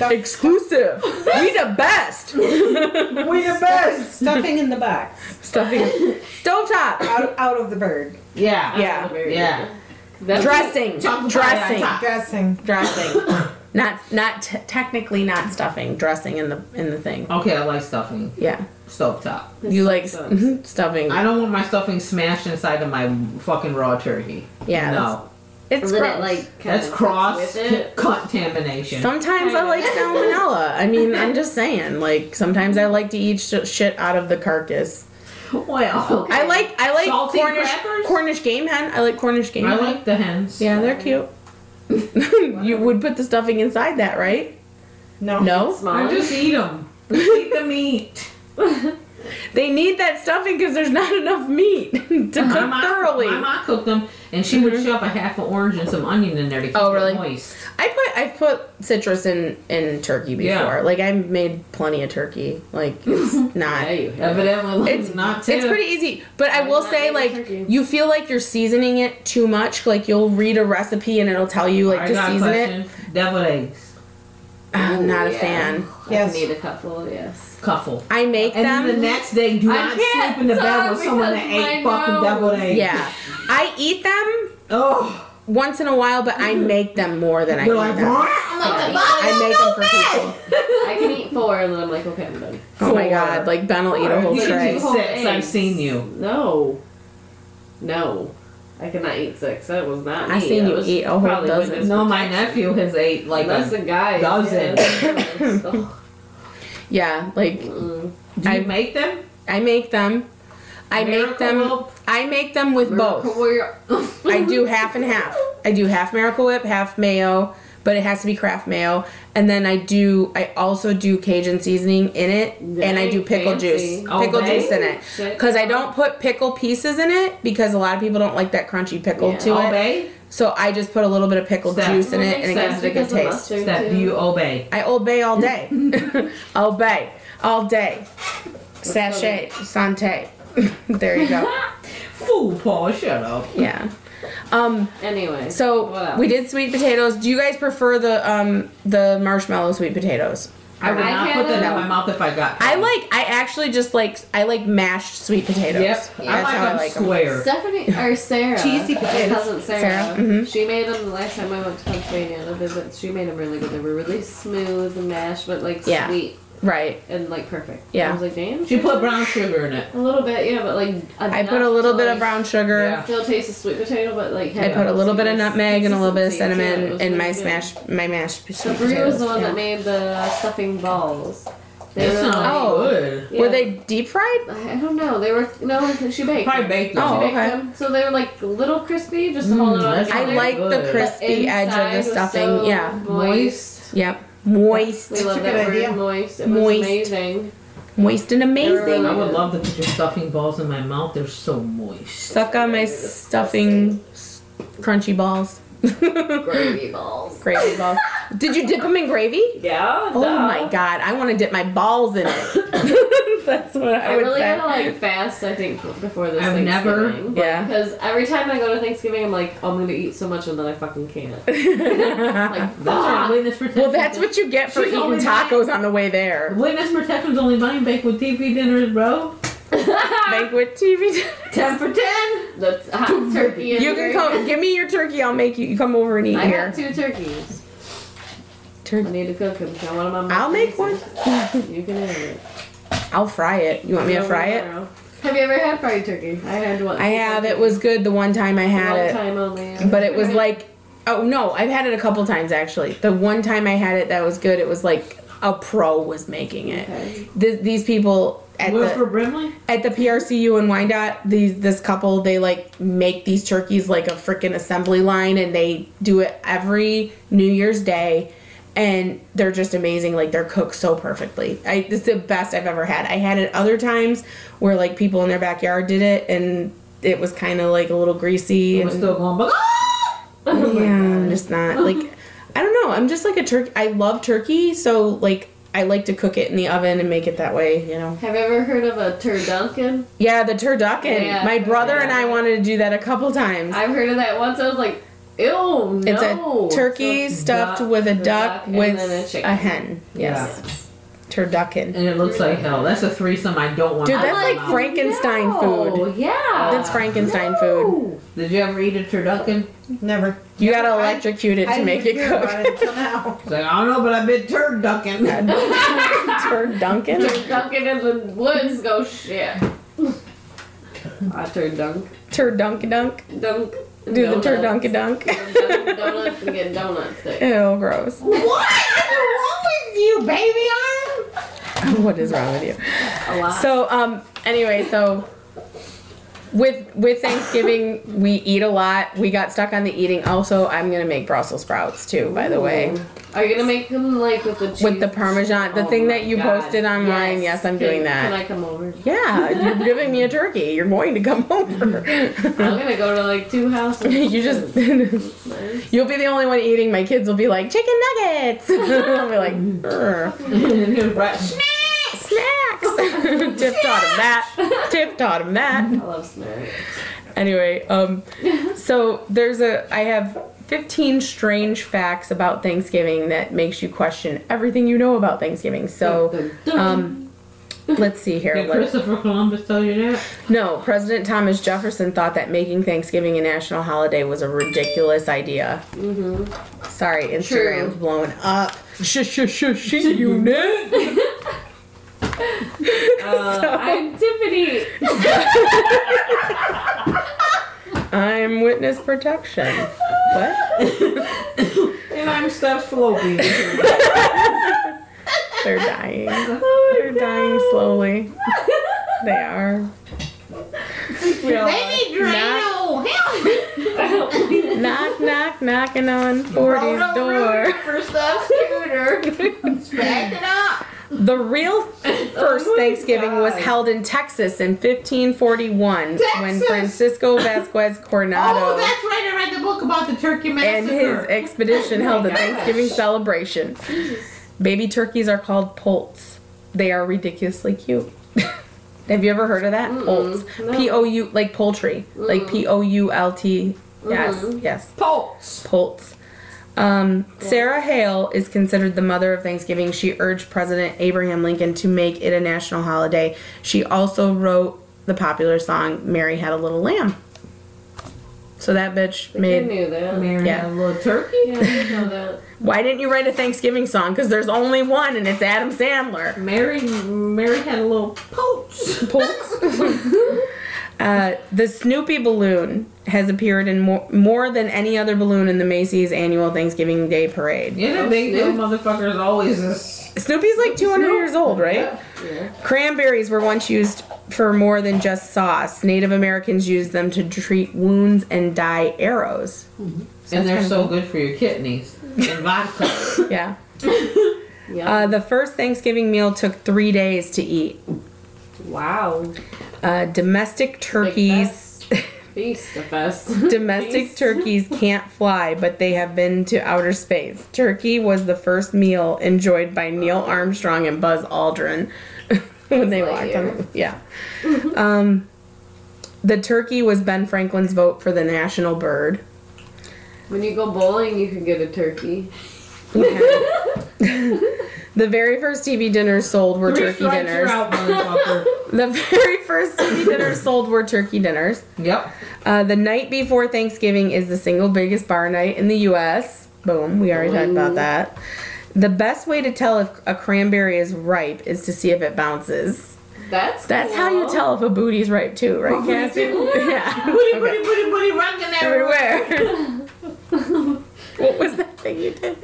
Speaker 3: Exclusive. We the best.
Speaker 1: We the best.
Speaker 4: Stuffing in the box.
Speaker 3: Stuffing. Stovetop.
Speaker 4: Out, out of the bird.
Speaker 1: Yeah.
Speaker 3: Yeah.
Speaker 2: The bird.
Speaker 1: Yeah.
Speaker 2: That's
Speaker 3: Dressing.
Speaker 1: Chocolate
Speaker 3: Dressing.
Speaker 1: pie on
Speaker 4: Dressing.
Speaker 3: Dressing. Not not t- technically not stuffing. Dressing in the in the thing.
Speaker 1: Okay, I like stuffing.
Speaker 3: Yeah.
Speaker 1: Stove top.
Speaker 2: This
Speaker 3: you
Speaker 2: sucks
Speaker 3: like
Speaker 2: up.
Speaker 3: mhm, stuffing.
Speaker 1: I don't want my stuffing smashed inside of my fucking raw turkey.
Speaker 3: Yeah,
Speaker 1: No.
Speaker 3: It's
Speaker 2: And then
Speaker 3: gross.
Speaker 2: it like kinda
Speaker 1: That's cross
Speaker 2: with it.
Speaker 1: contamination.
Speaker 3: Sometimes I like salmonella. I mean, I'm just saying. Like sometimes I like to eat sh- shit out of the carcass.
Speaker 1: well,
Speaker 3: I like I like
Speaker 1: Salty
Speaker 3: Cornish
Speaker 1: crackers?
Speaker 3: Cornish game hen. I like Cornish game.
Speaker 1: I
Speaker 3: hen.
Speaker 1: like the hens.
Speaker 3: Yeah, they're cute. you would put the stuffing inside that, right?
Speaker 4: No.
Speaker 3: No,
Speaker 2: Small.
Speaker 1: I just eat them. eat the meat.
Speaker 3: they need that stuffing because there's not enough meat to cook
Speaker 1: My mom-
Speaker 3: thoroughly. Mm-hmm.
Speaker 1: My mom cooked them, and she would shove a half an orange and some onion in there to keep
Speaker 3: Oh, really?
Speaker 1: it moist.
Speaker 3: I put I've put citrus in in turkey before.
Speaker 1: Yeah.
Speaker 3: Like I've made plenty of turkey. Like it's not.
Speaker 2: Yeah, you have it.
Speaker 1: Evidently,
Speaker 3: It's-
Speaker 1: not
Speaker 3: It's
Speaker 1: too.
Speaker 3: pretty easy, but
Speaker 2: I
Speaker 3: I will
Speaker 2: love
Speaker 3: say,
Speaker 2: eating
Speaker 3: like,
Speaker 2: turkey.
Speaker 3: you feel like you're seasoning it too much. Like, you'll read a recipe and it'll tell you, like,
Speaker 1: I
Speaker 3: to
Speaker 1: got a
Speaker 3: season it. Ah,
Speaker 1: question. Deviled eggs,
Speaker 3: I'm
Speaker 2: Ooh,
Speaker 3: not a
Speaker 2: yeah.
Speaker 3: fan.
Speaker 4: Yes.
Speaker 2: I need a couple. Yes.
Speaker 1: cuffle.
Speaker 3: I make
Speaker 1: And
Speaker 3: them.
Speaker 1: then the next day, do
Speaker 2: I
Speaker 1: not
Speaker 2: can't
Speaker 1: sleep in the bed
Speaker 2: stop
Speaker 1: with someone that
Speaker 2: because
Speaker 1: ate
Speaker 2: my
Speaker 1: fucking
Speaker 2: nose.
Speaker 1: deviled eggs.
Speaker 3: yeah, I eat them
Speaker 1: Oh,
Speaker 3: once in a while, but I make them more than I
Speaker 1: Mm-hmm. they're
Speaker 3: eat
Speaker 1: like,
Speaker 3: them.
Speaker 1: "Wah!" I'm like,
Speaker 3: I make them for people.
Speaker 2: I can eat four, and then I'm like, okay, I'm done.
Speaker 3: Oh my
Speaker 1: Four.
Speaker 3: god! Like Ben will eat a whole
Speaker 1: You can
Speaker 3: tray.
Speaker 1: do six. I've
Speaker 2: eggs.
Speaker 1: seen you.
Speaker 2: No. No. I cannot eat six. That was not me.
Speaker 3: I seen
Speaker 2: That
Speaker 3: you
Speaker 2: was
Speaker 3: eat a whole
Speaker 2: probably
Speaker 3: dozen.
Speaker 2: witness
Speaker 1: No, my
Speaker 2: protection.
Speaker 1: nephew has ate like
Speaker 2: That's
Speaker 1: a.
Speaker 2: a guy.
Speaker 1: dozen.
Speaker 3: Yeah, like
Speaker 2: mm.
Speaker 1: Do you
Speaker 3: I-
Speaker 1: make them?
Speaker 3: I make them. I make
Speaker 1: Miracle
Speaker 3: them.
Speaker 1: Whip?
Speaker 3: I make them with both. I do half and half. I do half Miracle Whip, half mayo, but it has to be craft mayo. And then I do. I also do Cajun seasoning in it, and I do pickle
Speaker 2: Fancy.
Speaker 3: juice,
Speaker 1: Oh,
Speaker 3: pickle
Speaker 1: they-
Speaker 3: juice in it,
Speaker 2: Shit.
Speaker 3: because I don't put pickle pieces in it because a lot of people don't like that crunchy pickle
Speaker 2: Yeah.
Speaker 3: to it.
Speaker 1: obey?
Speaker 3: So I just put a little bit of pickle
Speaker 1: Steph.
Speaker 3: juice in
Speaker 2: Well,
Speaker 3: it, and it
Speaker 2: makes
Speaker 3: gives
Speaker 2: sense
Speaker 3: it a good
Speaker 2: because of
Speaker 3: taste.
Speaker 2: mustard,
Speaker 1: That
Speaker 2: too.
Speaker 1: do you obey?
Speaker 3: I obey all day. obey all day. Sachet, saute. there you go.
Speaker 1: Fool, Paul, shut up.
Speaker 3: Yeah. Um.
Speaker 2: Anyway.
Speaker 3: So
Speaker 2: what else?
Speaker 3: we did sweet potatoes. Do you guys prefer the um the marshmallow sweet potatoes?
Speaker 1: I would
Speaker 2: I
Speaker 1: not put that in
Speaker 2: kinda-
Speaker 1: my mouth if I got.
Speaker 3: I like. I actually just like. I like mashed sweet potatoes.
Speaker 1: Yep,
Speaker 3: That's
Speaker 1: I like
Speaker 3: how
Speaker 1: them
Speaker 3: I like them.
Speaker 1: square.
Speaker 2: Stephanie or Sarah,
Speaker 4: Cheesy
Speaker 2: my
Speaker 4: potatoes.
Speaker 2: cousin Sarah,
Speaker 3: Sarah, mhm.
Speaker 2: she made them the last time I went to Pennsylvania to visit. She made them really good. They were really smooth and mashed, but like
Speaker 3: Yeah.
Speaker 2: sweet
Speaker 3: Right.
Speaker 2: and like perfect.
Speaker 3: Yeah.
Speaker 2: I was like, damn.
Speaker 1: She put brown sugar in it.
Speaker 2: a little bit, yeah, but like
Speaker 3: I put a little bit of
Speaker 2: brown.
Speaker 3: brown sugar.
Speaker 1: Yeah.
Speaker 2: Still tastes of sweet potato, but like
Speaker 3: I
Speaker 2: had
Speaker 3: put a little bit of
Speaker 2: sweetness-
Speaker 3: nutmeg and a little bit of
Speaker 2: consistency to it. It
Speaker 3: cinnamon
Speaker 2: was
Speaker 3: in
Speaker 2: really
Speaker 3: my
Speaker 2: good.
Speaker 3: smashed my mashed sweet
Speaker 2: So
Speaker 3: potatoes.
Speaker 2: Brie was the one
Speaker 3: Yeah.
Speaker 2: that made the stuffing balls. They
Speaker 1: It
Speaker 2: were
Speaker 1: sounds
Speaker 2: like,
Speaker 3: Oh.
Speaker 1: good.
Speaker 2: yeah.
Speaker 3: Were they deep fried?
Speaker 2: I don't know. They were no. She baked.
Speaker 1: Probably
Speaker 2: them.
Speaker 1: baked them.
Speaker 2: She
Speaker 3: Oh.
Speaker 2: baked
Speaker 3: okay.
Speaker 2: them. So they were like a little crispy, just
Speaker 1: Mm,
Speaker 2: holding on.
Speaker 1: that's
Speaker 3: I
Speaker 1: They're
Speaker 3: like the
Speaker 1: good.
Speaker 3: crispy edge of the stuffing. Yeah.
Speaker 2: Moist.
Speaker 3: Yep. Moist.
Speaker 2: We love
Speaker 4: a
Speaker 2: that
Speaker 4: good
Speaker 2: word,
Speaker 4: idea.
Speaker 2: moist. It was
Speaker 3: Moist.
Speaker 2: amazing.
Speaker 3: Moist and amazing.
Speaker 1: I would love to put your stuffing balls in my mouth. They're so moist.
Speaker 3: Suck on my stuffing s- crunchy balls.
Speaker 2: Gravy balls.
Speaker 3: gravy balls. Did you dip them in gravy?
Speaker 1: Yeah.
Speaker 3: Oh my god, I want to dip my balls in it. That's what I,
Speaker 2: I
Speaker 3: would
Speaker 2: really
Speaker 3: say.
Speaker 2: gotta like fast. I think before this.
Speaker 1: I've never-
Speaker 2: Thanksgiving.
Speaker 3: Yeah.
Speaker 2: Because every time I go to Thanksgiving, I'm like, I'm gonna eat so much and then I fucking can't.
Speaker 3: Ah.
Speaker 2: Like,
Speaker 1: That's right.
Speaker 2: fuck.
Speaker 1: Witness protection.
Speaker 3: well, that's what you get for
Speaker 1: She's
Speaker 3: eating
Speaker 1: only buying-
Speaker 3: tacos on the way there.
Speaker 1: Witness protection's only buying banquet TV dinners, bro.
Speaker 3: Banquet TV.
Speaker 1: Ten for ten.
Speaker 2: That's hot turkey. And
Speaker 3: you can come. Give me your turkey. I'll make you. You come over and eat
Speaker 2: I
Speaker 3: here.
Speaker 2: got two turkeys. I
Speaker 3: Turkey.
Speaker 2: need to cook them. I want them on.
Speaker 3: I'll make one.
Speaker 2: You can have it.
Speaker 3: I'll fry it. You want me to
Speaker 2: No,
Speaker 3: fry it?
Speaker 2: tomorrow. Have you ever had fried turkey? I had one.
Speaker 3: I have. It was good the one time I
Speaker 2: Long
Speaker 3: had
Speaker 2: time oh only.
Speaker 3: it, but it was like, oh no, I've had it a couple times actually. The one time I had it that was good, it was like a pro was making it.
Speaker 2: Okay.
Speaker 3: Th- these people at
Speaker 1: Where's
Speaker 3: the
Speaker 1: for Brimley?
Speaker 3: at the PRCU in Wyandotte, these this couple they like make these turkeys like a freaking assembly line, and they do it every New Year's Day, and they're just amazing. Like they're cooked so perfectly. I this is the best I've ever had. I had it other times where like people in their backyard did it, and it was kind of like a little greasy.
Speaker 1: We're
Speaker 3: And,
Speaker 1: still going, but ah!
Speaker 2: Oh my
Speaker 3: yeah, I'm
Speaker 2: God.
Speaker 3: just not like I don't know. I'm just like a turkey. I love turkey, so like I like to cook it in the oven and make it that way. You know.
Speaker 2: Have you ever heard of a turduncan?
Speaker 3: Yeah, the turducken.
Speaker 2: Yeah,
Speaker 3: My brother
Speaker 2: yeah.
Speaker 3: and I wanted to do that a couple times.
Speaker 2: I've heard of that once. I was like, ew, no.
Speaker 3: it's a turkey
Speaker 1: So
Speaker 3: stuffed
Speaker 1: duck,
Speaker 3: with a
Speaker 2: the
Speaker 3: duck,
Speaker 2: duck, and
Speaker 3: with
Speaker 2: then a
Speaker 3: a,
Speaker 2: chicken.
Speaker 3: hen. Yes, turducken.
Speaker 1: and it looks like hell. That's a threesome I don't want.
Speaker 3: Dude,
Speaker 1: in my
Speaker 3: that's like
Speaker 1: mouth.
Speaker 3: Frankenstein food.
Speaker 2: Yeah.
Speaker 3: That's Frankenstein food.
Speaker 1: Did you ever eat a turducken?
Speaker 4: Never.
Speaker 3: You gotta
Speaker 4: I-
Speaker 3: electrocute it to
Speaker 4: I
Speaker 3: make
Speaker 4: didn't
Speaker 3: it
Speaker 4: hear about
Speaker 3: cook.
Speaker 4: it until now.
Speaker 1: It's like I don't know, but I've been turducken.
Speaker 3: turducken?
Speaker 2: Turducken in the woods go shit. I turdunk.
Speaker 3: Turdunk dunk.
Speaker 2: Dunk.
Speaker 3: Do the
Speaker 2: Donuts.
Speaker 3: turdunka dunk.
Speaker 2: Dunk Donuts and get donuts there.
Speaker 3: Ew, gross.
Speaker 1: what is wrong with you, baby arm?
Speaker 3: What is wrong with you?
Speaker 2: A lot.
Speaker 3: So um anyway, so with with Thanksgiving we eat a lot. We got stuck on the eating. Also, I'm gonna make Brussels sprouts too, by the way.
Speaker 2: Are you gonna make them like with the cheese?
Speaker 3: With the parmesan, the
Speaker 1: Oh
Speaker 3: thing
Speaker 1: my
Speaker 3: that you
Speaker 1: God.
Speaker 3: posted online, yes, I'm
Speaker 2: Can- Can
Speaker 3: doing that.
Speaker 2: I come over?
Speaker 3: Yeah, you're giving me a turkey. You're going to come over.
Speaker 2: I'm gonna go to like two houses.
Speaker 3: you just you'll be the only one eating. My kids will be like chicken nuggets. I'll be like "Grr."
Speaker 1: and he was right. "Snap."
Speaker 3: snacks. Tiff taught him that. Tiff taught him that.
Speaker 2: I love snacks.
Speaker 3: anyway, um, so there's a I have 15 strange facts about Thanksgiving that makes you question everything you know about Thanksgiving. So,
Speaker 1: Dun, dun, dun.
Speaker 3: um, let's see here.
Speaker 1: Did
Speaker 3: Let-
Speaker 1: Christopher Columbus tell you that?
Speaker 3: no, President Thomas Jefferson thought that making Thanksgiving a national holiday was a ridiculous idea.
Speaker 2: Mm-hmm.
Speaker 3: Sorry, Instagram's
Speaker 2: True.
Speaker 3: blowing up. Sh sh sh sh unit.
Speaker 2: Uh, I'm Tiffany.
Speaker 3: I'm witness protection. What?
Speaker 1: And I'm Steph Floppy.
Speaker 3: They're dying. They're dying slowly. They are.
Speaker 1: Baby
Speaker 3: Not- knock, knock, knocking on 40's door.
Speaker 1: first off, scooter. Back it up.
Speaker 3: The real first Thanksgiving was
Speaker 1: Oh God.
Speaker 3: held in Texas in 1541 when
Speaker 1: Texas!
Speaker 3: Francisco Vasquez
Speaker 1: Oh,
Speaker 3: Coronado
Speaker 1: that's right. I read the book about the turkey
Speaker 3: and
Speaker 1: massacre.
Speaker 3: his expedition held a
Speaker 1: Oh gosh.
Speaker 3: Thanksgiving celebration. Baby turkeys are called poults. They are ridiculously cute. Have you ever heard of that?
Speaker 2: Mm-mm,
Speaker 3: Poults.
Speaker 2: no.
Speaker 3: P O U, like poultry. Like
Speaker 2: Mm.
Speaker 3: P O U L T. Yes,
Speaker 2: Mhm.
Speaker 3: yes.
Speaker 1: Pulse.
Speaker 3: Poltz. Um, Sarah Hale is considered the mother of Thanksgiving. She urged President Abraham Lincoln to make it a national holiday. She also wrote the popular song "Mary Had a Little Lamb." So that bitch
Speaker 2: You
Speaker 3: made.
Speaker 2: knew that.
Speaker 1: Mary
Speaker 3: Yeah.
Speaker 1: had a little turkey.
Speaker 2: Yeah, you know that.
Speaker 3: Why didn't you write a Thanksgiving song? Because there's only one, and it's Adam Sandler.
Speaker 1: Mary, Mary had a little pulse.
Speaker 3: Uh, the Snoopy balloon has appeared in more, more than any other balloon in the Macy's annual Thanksgiving Day parade.
Speaker 1: Yeah, the big little motherfuckers always is.
Speaker 3: Snoopy's like 200 years old, right?
Speaker 2: Yeah.
Speaker 3: Cranberries were once used for more than just sauce. Native Americans used them to treat wounds and dye arrows.
Speaker 1: and they're
Speaker 3: kinda
Speaker 1: so good for your kidneys. And vodka.
Speaker 3: Yeah.
Speaker 2: Yeah.
Speaker 3: Uh, the first Thanksgiving meal took three days to eat.
Speaker 2: wow.
Speaker 3: Uh, domestic turkeys.
Speaker 2: Feast of fest.
Speaker 3: Domestic
Speaker 2: Feast.
Speaker 3: turkeys can't fly, but they have been to outer space. Turkey was the first meal enjoyed by Neil
Speaker 4: Oh.
Speaker 3: Armstrong and Buzz Aldrin when they walked on. Yeah.
Speaker 4: Mm-hmm.
Speaker 3: Um, the turkey was Ben Franklin's vote for the national bird.
Speaker 2: When you go bowling, you can get a turkey.
Speaker 3: The very first TV dinners sold were
Speaker 4: Three
Speaker 3: turkey
Speaker 4: strikes, you're
Speaker 3: dinners.
Speaker 4: out, motherfucker.
Speaker 3: The very first TV dinners sold were turkey dinners.
Speaker 4: yep.
Speaker 3: Uh, the night before Thanksgiving is the single biggest bar night in the U.S. Boom, we already talked about that. The best way to tell if a cranberry is ripe is to see if it bounces.
Speaker 2: That's
Speaker 3: That's how you
Speaker 2: cool.
Speaker 3: tell if a booty's ripe too, right, Cassie? Yeah.
Speaker 1: Booty,
Speaker 3: Okay.
Speaker 1: booty, booty, booty, rocking
Speaker 3: Everywhere. what was that thing you did?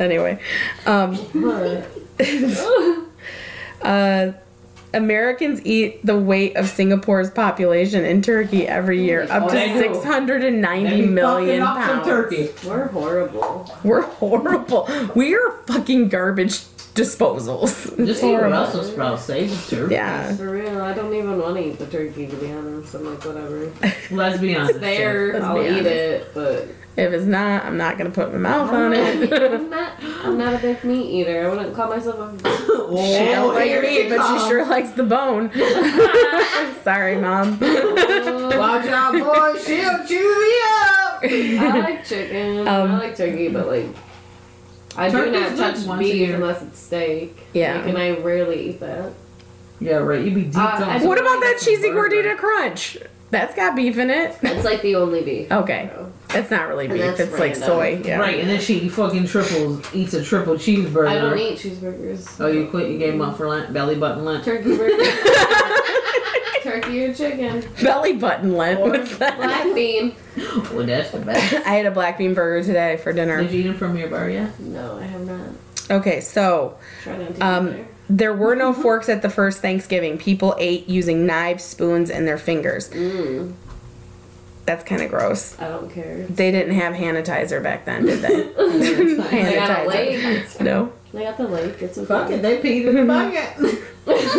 Speaker 3: anyway, um, uh, Americans eat the weight of Singapore's population in turkey every year, up to
Speaker 2: They do.
Speaker 3: 690
Speaker 4: Maybe
Speaker 3: million
Speaker 4: fucking up some
Speaker 3: pounds.
Speaker 4: turkey.
Speaker 2: We're horrible.
Speaker 3: We're horrible. We are fucking garbage disposals.
Speaker 1: Just for Brussels sprouts, they deserve.
Speaker 3: Yeah.
Speaker 2: For real, I don't even want to eat the turkey to be honest. I'm like, whatever.
Speaker 1: Let's be honest.
Speaker 2: It's there,
Speaker 3: Let's
Speaker 2: I'll
Speaker 3: be
Speaker 2: eat
Speaker 3: honest.
Speaker 2: it, but
Speaker 3: If it's not, I'm not gonna put my mouth
Speaker 1: Oh,
Speaker 3: on it.
Speaker 2: I'm not. I'm not a big meat eater. I wouldn't call myself a.
Speaker 1: Oh,
Speaker 3: She don't like
Speaker 1: here
Speaker 3: meat,
Speaker 1: she
Speaker 3: but she
Speaker 1: comes.
Speaker 3: sure likes the bone. Sorry, mom.
Speaker 1: Watch out, boy. She'll chew you up.
Speaker 2: I like chicken.
Speaker 3: Um,
Speaker 2: I like turkey, but like, I do
Speaker 1: Turkey's
Speaker 2: not
Speaker 1: good
Speaker 2: touch
Speaker 1: once a
Speaker 2: beef
Speaker 1: year.
Speaker 2: unless it's steak.
Speaker 3: Yeah.
Speaker 2: Like, and I rarely eat that.
Speaker 1: Yeah, right. You be deep
Speaker 2: Uh, I
Speaker 1: down.
Speaker 3: What about that cheesy gordita crunch? That's got beef in it.
Speaker 2: It's like the only beef.
Speaker 3: Okay, that's not really
Speaker 2: And
Speaker 3: beef.
Speaker 2: that's
Speaker 3: It's like
Speaker 2: random.
Speaker 3: soy. Yeah.
Speaker 1: Right, and then she fucking triples eats a triple cheeseburger.
Speaker 2: I don't eat cheeseburgers.
Speaker 1: Oh, you quit? You gave him up for lunch, belly button lunch.
Speaker 2: turkey burger. turkey or chicken.
Speaker 3: Belly button lint.
Speaker 2: Or
Speaker 3: What's that?
Speaker 2: black bean.
Speaker 1: Oh, Well, that's the best.
Speaker 3: I had a black bean burger today for
Speaker 1: Did
Speaker 3: dinner.
Speaker 1: you eat it from your bar yet?
Speaker 2: No, I have not.
Speaker 3: Okay, so
Speaker 2: Try not to eat
Speaker 3: Um,
Speaker 2: there.
Speaker 3: there were no forks at the first Thanksgiving. People ate using knives, spoons, and their fingers.
Speaker 2: Mm,
Speaker 3: That's kind of gross.
Speaker 2: I don't care.
Speaker 3: They didn't have sanitizer back then, did they?
Speaker 2: They got a
Speaker 3: sanitizer.
Speaker 2: lake.
Speaker 3: No.
Speaker 2: They got the lake. It's a
Speaker 1: Fuck it, they peed
Speaker 3: Mm-hmm.
Speaker 1: in the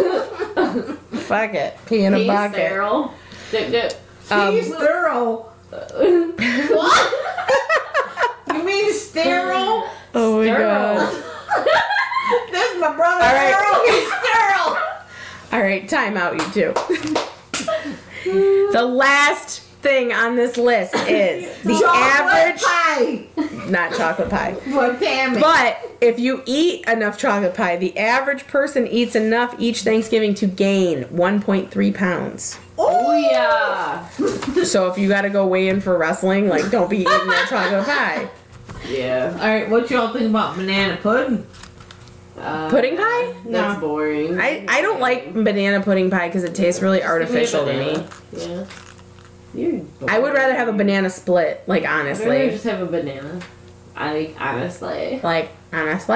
Speaker 1: bucket.
Speaker 3: Fuck it. Pee in a bucket.
Speaker 2: Sterile. Dip, dip.
Speaker 3: Um,
Speaker 1: He's thorough. What? you mean sterile?
Speaker 3: oh my god.
Speaker 1: That's my brother.
Speaker 3: All right.
Speaker 1: Thorough. He's sterile.
Speaker 3: All right, time out, you two. the last thing on this list is the
Speaker 1: Chocolate
Speaker 3: average,
Speaker 1: pie.
Speaker 3: not chocolate pie.
Speaker 1: Well, damn it.
Speaker 3: But if you eat enough chocolate pie, the average person eats enough each Thanksgiving to gain 1.3 pounds.
Speaker 2: Oh yeah.
Speaker 3: So if you got to go weigh in for wrestling, like don't be eating that chocolate pie.
Speaker 2: Yeah.
Speaker 1: All right, what y'all think about banana pudding?
Speaker 2: Uh,
Speaker 3: Pudding pie?
Speaker 2: That's boring.
Speaker 3: I, I don't like banana pudding pie because it tastes really artificial to me.
Speaker 2: Yeah. You're
Speaker 3: I would rather have a banana split, like
Speaker 2: I'd rather
Speaker 3: honestly.
Speaker 2: just have a banana. I honestly.
Speaker 3: Like honestly.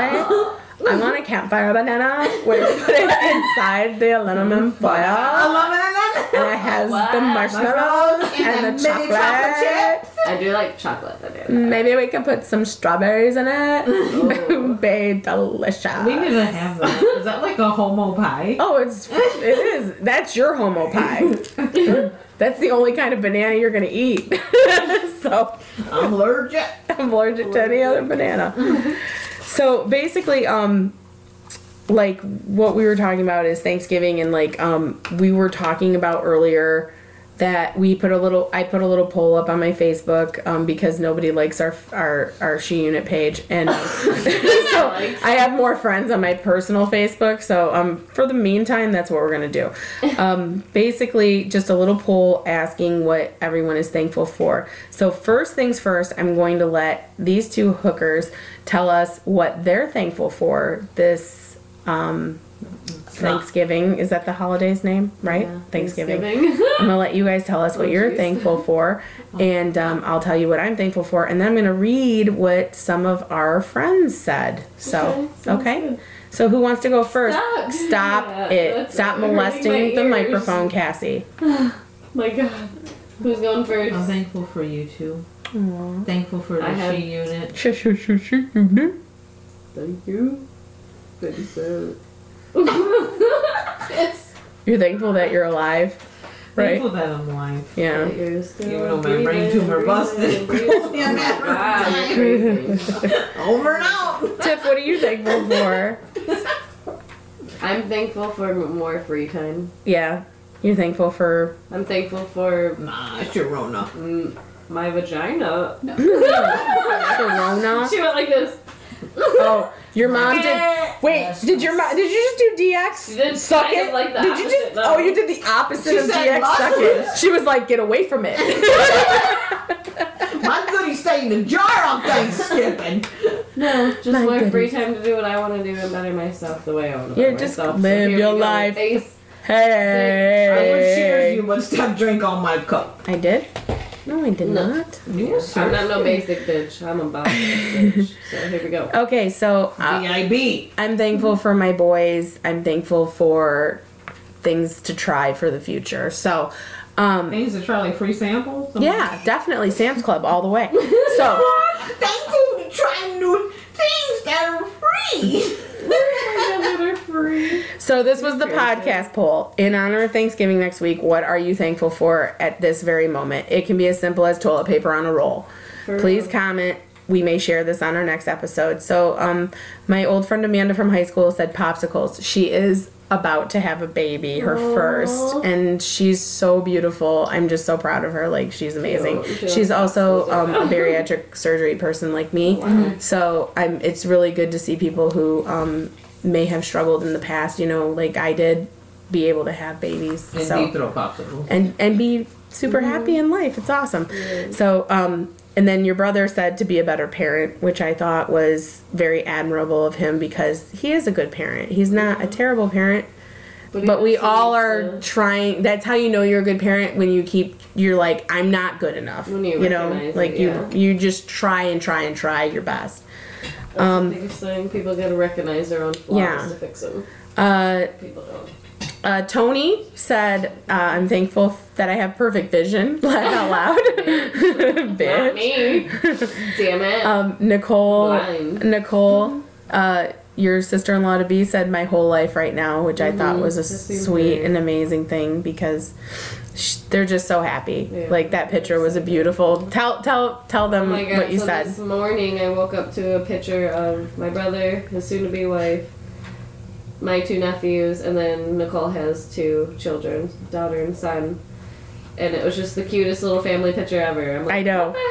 Speaker 3: I want a campfire banana where you put it inside the aluminum
Speaker 1: I
Speaker 3: foil
Speaker 1: love it.
Speaker 3: and it has the
Speaker 2: What?
Speaker 3: marshmallows
Speaker 1: Marshmallows
Speaker 3: and,
Speaker 1: and
Speaker 3: the
Speaker 1: the mini
Speaker 3: chocolate.
Speaker 1: chocolate
Speaker 2: I do like chocolate banana.
Speaker 3: Maybe we can put some strawberries in it.
Speaker 2: Ooh.
Speaker 3: Be delicious.
Speaker 1: We need to have that. Is that like a homo pie?
Speaker 3: oh, it's it is. That's your homo pie. That's the only kind of banana you're gonna eat. so
Speaker 1: I'm allergic.
Speaker 3: I'm allergic to any other banana. So basically, um, like what we were talking about is Thanksgiving, and like um, we were talking about earlier that we put a little, I put a little poll up on my Facebook um, because nobody likes our our our she unit page, and so I have more friends on my personal Facebook. So um, for the meantime, that's what we're gonna do. Um, basically, just a little poll asking what everyone is thankful for. So first things first, I'm going to let these two hookers tell us what they're thankful for this um, Thanksgiving. Is that the holiday's name, right?
Speaker 2: Yeah,
Speaker 3: Thanksgiving. I'm gonna let you guys tell us what
Speaker 2: Oh,
Speaker 3: you're
Speaker 2: geez. Oh.
Speaker 3: thankful for, and um, I'll tell you what I'm thankful for, and then I'm gonna read what some of our friends said. So,
Speaker 2: Okay, sounds
Speaker 3: okay.
Speaker 2: good.
Speaker 3: So who wants to go first?
Speaker 2: Stop.
Speaker 3: Stop
Speaker 2: Yeah,
Speaker 3: it!
Speaker 2: that's
Speaker 3: Stop
Speaker 2: hurting my
Speaker 3: molesting the
Speaker 2: ears.
Speaker 3: microphone, Cassie.
Speaker 2: My God. Who's going first?
Speaker 1: I'm thankful for you two. Thankful for the
Speaker 2: I have-
Speaker 1: she unit.
Speaker 2: Thank you. Thank you, sir. it's
Speaker 3: You're thankful that you're alive, right?
Speaker 1: Thankful that I'm lying.
Speaker 3: Yeah.
Speaker 2: you're still
Speaker 1: Even though my
Speaker 2: breathing,
Speaker 1: brain tumor
Speaker 2: breathing,
Speaker 1: busted.
Speaker 2: breathing.
Speaker 1: Only a matter of
Speaker 2: Wow, you're
Speaker 1: time.
Speaker 2: crazy.
Speaker 1: Over and out.
Speaker 3: Tiff, what are you thankful for?
Speaker 2: I'm thankful for m- more free time.
Speaker 3: Yeah. You're thankful for.
Speaker 2: I'm thankful for
Speaker 1: Nah, it's your Rona.
Speaker 2: mm, my vagina.
Speaker 3: Corona.
Speaker 2: She went like this.
Speaker 3: Oh, your mom did. Wait,
Speaker 1: Yes,
Speaker 3: did your mom? Did you just do
Speaker 2: She
Speaker 3: DX?
Speaker 2: did
Speaker 3: suck
Speaker 2: kind
Speaker 3: it.
Speaker 2: of like the
Speaker 3: did you
Speaker 2: opposite,
Speaker 3: just?
Speaker 2: though.
Speaker 3: Oh, you did the opposite
Speaker 1: She
Speaker 3: of
Speaker 1: said
Speaker 3: DX. Suck it.
Speaker 1: love.
Speaker 3: She was like, get away from it.
Speaker 1: My goodie stayed in the jar on Thanksgiving.
Speaker 2: No, just
Speaker 3: My
Speaker 2: more free
Speaker 3: goodness.
Speaker 2: time to do what I want to do and better myself the way I want to
Speaker 3: Yeah,
Speaker 2: better
Speaker 3: just
Speaker 2: myself.
Speaker 3: live
Speaker 2: here
Speaker 3: your
Speaker 2: we go.
Speaker 3: life.
Speaker 2: Ace.
Speaker 1: I would cheers
Speaker 3: hey.
Speaker 1: you, but stop drink on my cup.
Speaker 3: I did. No, I did
Speaker 2: No.
Speaker 3: not.
Speaker 1: You were
Speaker 2: I'm not no
Speaker 1: serious.
Speaker 2: basic bitch. I'm a boss bitch. So here we go.
Speaker 3: Okay, so uh,
Speaker 1: B.I.B.
Speaker 3: I'm thankful for my boys. I'm thankful for things to try for the future. So, um,
Speaker 1: Things to try like free samples. I'm
Speaker 3: yeah, definitely Sam's Club all the way. So.
Speaker 1: like, Thankful to try new things that are free.
Speaker 2: They're free.
Speaker 3: So this was the podcast poll in honor of Thanksgiving next week. What are you thankful for at this very moment? It can be as simple as toilet paper on a roll.
Speaker 2: For
Speaker 3: Please
Speaker 2: real.
Speaker 3: comment. We may share this on our next episode. So, um, my old friend Amanda from high school said popsicles. She is about to have a baby, her
Speaker 2: Aw.
Speaker 3: first, and she's so beautiful. I'm just so proud of her. Like she's amazing.
Speaker 2: Cute. She
Speaker 3: She's
Speaker 2: loves
Speaker 3: also
Speaker 2: popsicles.
Speaker 3: um, a bariatric surgery person like me. So I'm. It's really good to see people who um, may have struggled in the past. You know, like I did, be able to have babies.
Speaker 1: And
Speaker 3: so
Speaker 1: deep throw popsicle.
Speaker 3: and and be super
Speaker 2: Mm-hmm.
Speaker 3: happy in life. It's awesome. So um and then your brother said to be a better parent, which I thought was very admirable of him because he is a good parent. He's not a terrible parent,
Speaker 2: Mm-hmm. he
Speaker 3: but we
Speaker 2: also
Speaker 3: all
Speaker 2: needs
Speaker 3: are trying. That's how you know you're a good parent when you keep you're like I'm not good enough.
Speaker 2: When you
Speaker 3: know,
Speaker 2: recognize
Speaker 3: like
Speaker 2: it,
Speaker 3: you
Speaker 2: yeah.
Speaker 3: you just try and try and try your best.
Speaker 2: That's um, the biggest thing. People gotta recognize their own flaws
Speaker 3: Yeah.
Speaker 2: to fix them.
Speaker 3: Uh
Speaker 2: People don't.
Speaker 3: Uh, Tony said, uh, "I'm thankful that I have perfect vision." Laugh out loud,
Speaker 2: Not
Speaker 3: bitch.
Speaker 2: me. Damn it.
Speaker 3: Um, Nicole,
Speaker 2: Blind.
Speaker 3: Nicole, uh, your sister-in-law to be said, "My whole life right now," which I
Speaker 2: Mm-hmm.
Speaker 3: thought was a
Speaker 2: That seems
Speaker 3: sweet
Speaker 2: very-
Speaker 3: and amazing thing because sh- they're just so happy.
Speaker 2: Yeah.
Speaker 3: Like that picture was a beautiful. Tell tell tell
Speaker 2: Oh
Speaker 3: them
Speaker 2: my god!
Speaker 3: what you
Speaker 2: so
Speaker 3: said.
Speaker 2: this morning I woke up to a picture of my brother, his soon-to-be wife, my two nephews, and then Nicole has two children, daughter and son. And it was just the cutest little family picture ever. I'm like,
Speaker 3: I know.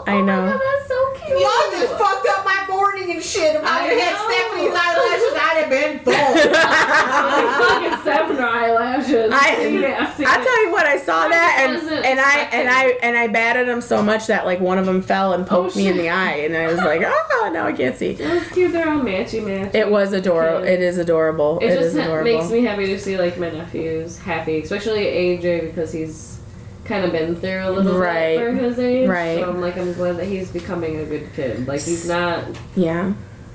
Speaker 2: What the hell?
Speaker 3: I
Speaker 2: oh
Speaker 3: know.
Speaker 2: My god, that's so cute.
Speaker 1: Y'all just fucked up my morning and shit. If I
Speaker 2: I
Speaker 1: would have had
Speaker 2: know.
Speaker 1: Stephanie's eyelashes, I'd have been full.
Speaker 2: fucking seven eyelashes.
Speaker 3: I-
Speaker 2: Seen it, I've seen
Speaker 3: I
Speaker 2: it.
Speaker 3: tell you what, I saw
Speaker 2: I
Speaker 3: that and
Speaker 2: wasn't
Speaker 3: and I
Speaker 2: expecting
Speaker 3: and I and I batted him so much that like one of them fell and poked me in
Speaker 2: Oh, shit.
Speaker 3: the eye, and I was like, oh, now I can't see.
Speaker 2: It was cute. They're all matchy matchy.
Speaker 3: It was adorable.
Speaker 2: Okay.
Speaker 3: It is adorable.
Speaker 2: It,
Speaker 3: it
Speaker 2: just
Speaker 3: is
Speaker 2: ha-
Speaker 3: adorable.
Speaker 2: makes me happy to see like my nephews happy, especially AJ because he's kind of been through a little
Speaker 3: Right.
Speaker 2: bit for his age.
Speaker 3: Right.
Speaker 2: So I'm like I'm glad that he's becoming a good kid. Like he's not
Speaker 3: yeah.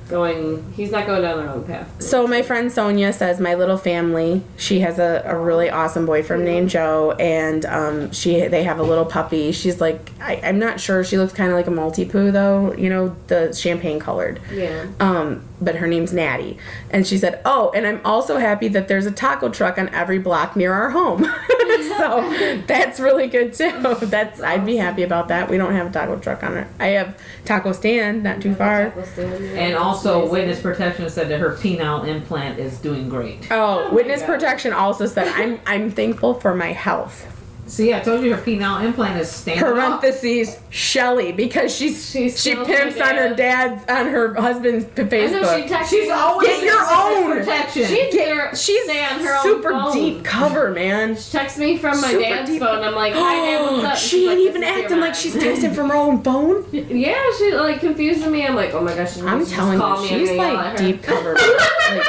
Speaker 2: going he's not going down the wrong path.
Speaker 3: So my friend Sonia says my little family. She has a, a really awesome boyfriend named Joe, and um, she they have a little puppy. She's like I, I'm not sure. She looks kind of like a Maltipoo though. You know the champagne colored.
Speaker 2: Yeah.
Speaker 3: um, but her name's Natty. And she said, Oh, and I'm also happy that there's a taco truck on every block near our home. so that's really good too. That's I'd be happy about that. We don't have a taco truck on it. I have taco stand not too far.
Speaker 2: And
Speaker 1: and also, Witness Protection said that her penile implant is doing great.
Speaker 3: Oh,
Speaker 2: my
Speaker 3: witness
Speaker 2: God.
Speaker 3: protection also said I'm I'm thankful for my health.
Speaker 1: See, I told you her penile implant is standing up.
Speaker 3: Parentheses Shelly because she's,
Speaker 2: She's
Speaker 3: she
Speaker 2: still
Speaker 3: pimps
Speaker 2: her
Speaker 3: on her
Speaker 2: dad.
Speaker 3: dad's on her husband's p-
Speaker 2: I know
Speaker 3: Facebook.
Speaker 2: she texted
Speaker 1: She's
Speaker 2: me.
Speaker 1: always
Speaker 3: Get your own.
Speaker 1: Witness protection.
Speaker 2: She's there.
Speaker 3: She's
Speaker 2: stay on her own
Speaker 3: super
Speaker 2: phone.
Speaker 3: deep cover, man.
Speaker 2: She texts me from my
Speaker 3: Super
Speaker 2: dad's
Speaker 3: deep.
Speaker 2: phone. I'm like, hi, Dad, what's up? And she's
Speaker 3: she
Speaker 2: like,
Speaker 3: ain't
Speaker 2: "This
Speaker 3: even
Speaker 2: is your
Speaker 3: acting like
Speaker 2: mom."
Speaker 3: she's texting from her own phone.
Speaker 2: Yeah, she like confusing me. I'm like, oh my gosh,
Speaker 3: I'm
Speaker 2: she just
Speaker 3: telling
Speaker 2: called
Speaker 3: you,
Speaker 2: me, I'm
Speaker 3: she's
Speaker 2: gonna yell
Speaker 3: like
Speaker 2: at her.
Speaker 3: deep cover. Like,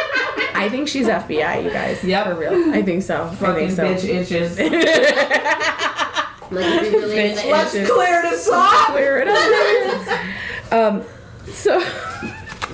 Speaker 3: I think she's FBI, you guys.
Speaker 1: Yep.
Speaker 3: for real. I think so.
Speaker 1: Fucking
Speaker 3: I
Speaker 1: bitch
Speaker 3: think so.
Speaker 1: itches.
Speaker 2: Like, if you're really
Speaker 3: Bitch,
Speaker 2: into
Speaker 3: what?
Speaker 1: Let's clear this up.
Speaker 3: Clear it up. um, so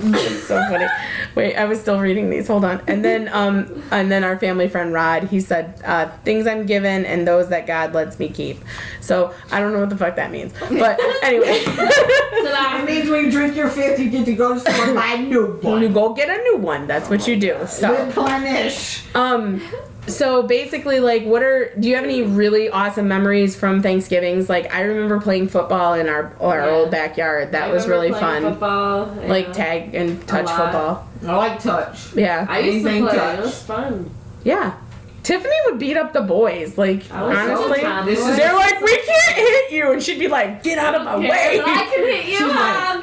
Speaker 3: It's so funny. Wait, I was still reading these. Hold on. And then, um, and then our family friend Rod, he said, uh, "Things I'm given and those that God lets me keep." So I don't know what the fuck that means, but anyway,
Speaker 1: It means when you drink your fifth, you get to go to store and buy a new
Speaker 3: you
Speaker 1: one.
Speaker 3: go get a new one. That's what you do. So,
Speaker 1: Replenish.
Speaker 3: um, so basically, like, what are? Do you have any really awesome memories from Thanksgivings? Like, I remember playing football in our our
Speaker 2: Yeah.
Speaker 3: old backyard. That
Speaker 2: I
Speaker 3: was
Speaker 2: remember
Speaker 3: really
Speaker 2: playing
Speaker 3: fun.
Speaker 2: Football,
Speaker 3: Like
Speaker 2: yeah.
Speaker 3: tag and touch
Speaker 2: lot.
Speaker 3: football.
Speaker 1: I like touch.
Speaker 3: Yeah.
Speaker 2: I used to play.
Speaker 1: Anything
Speaker 2: It
Speaker 1: touch.
Speaker 2: was fun.
Speaker 3: Yeah. Tiffany would beat up the boys. Like,
Speaker 2: I was so
Speaker 3: honestly.
Speaker 2: tough.
Speaker 1: this is-
Speaker 3: They're like, we can't hit you. And she'd be like, get out of my
Speaker 2: Okay,
Speaker 3: way.
Speaker 2: but I can hit you.
Speaker 1: She's like,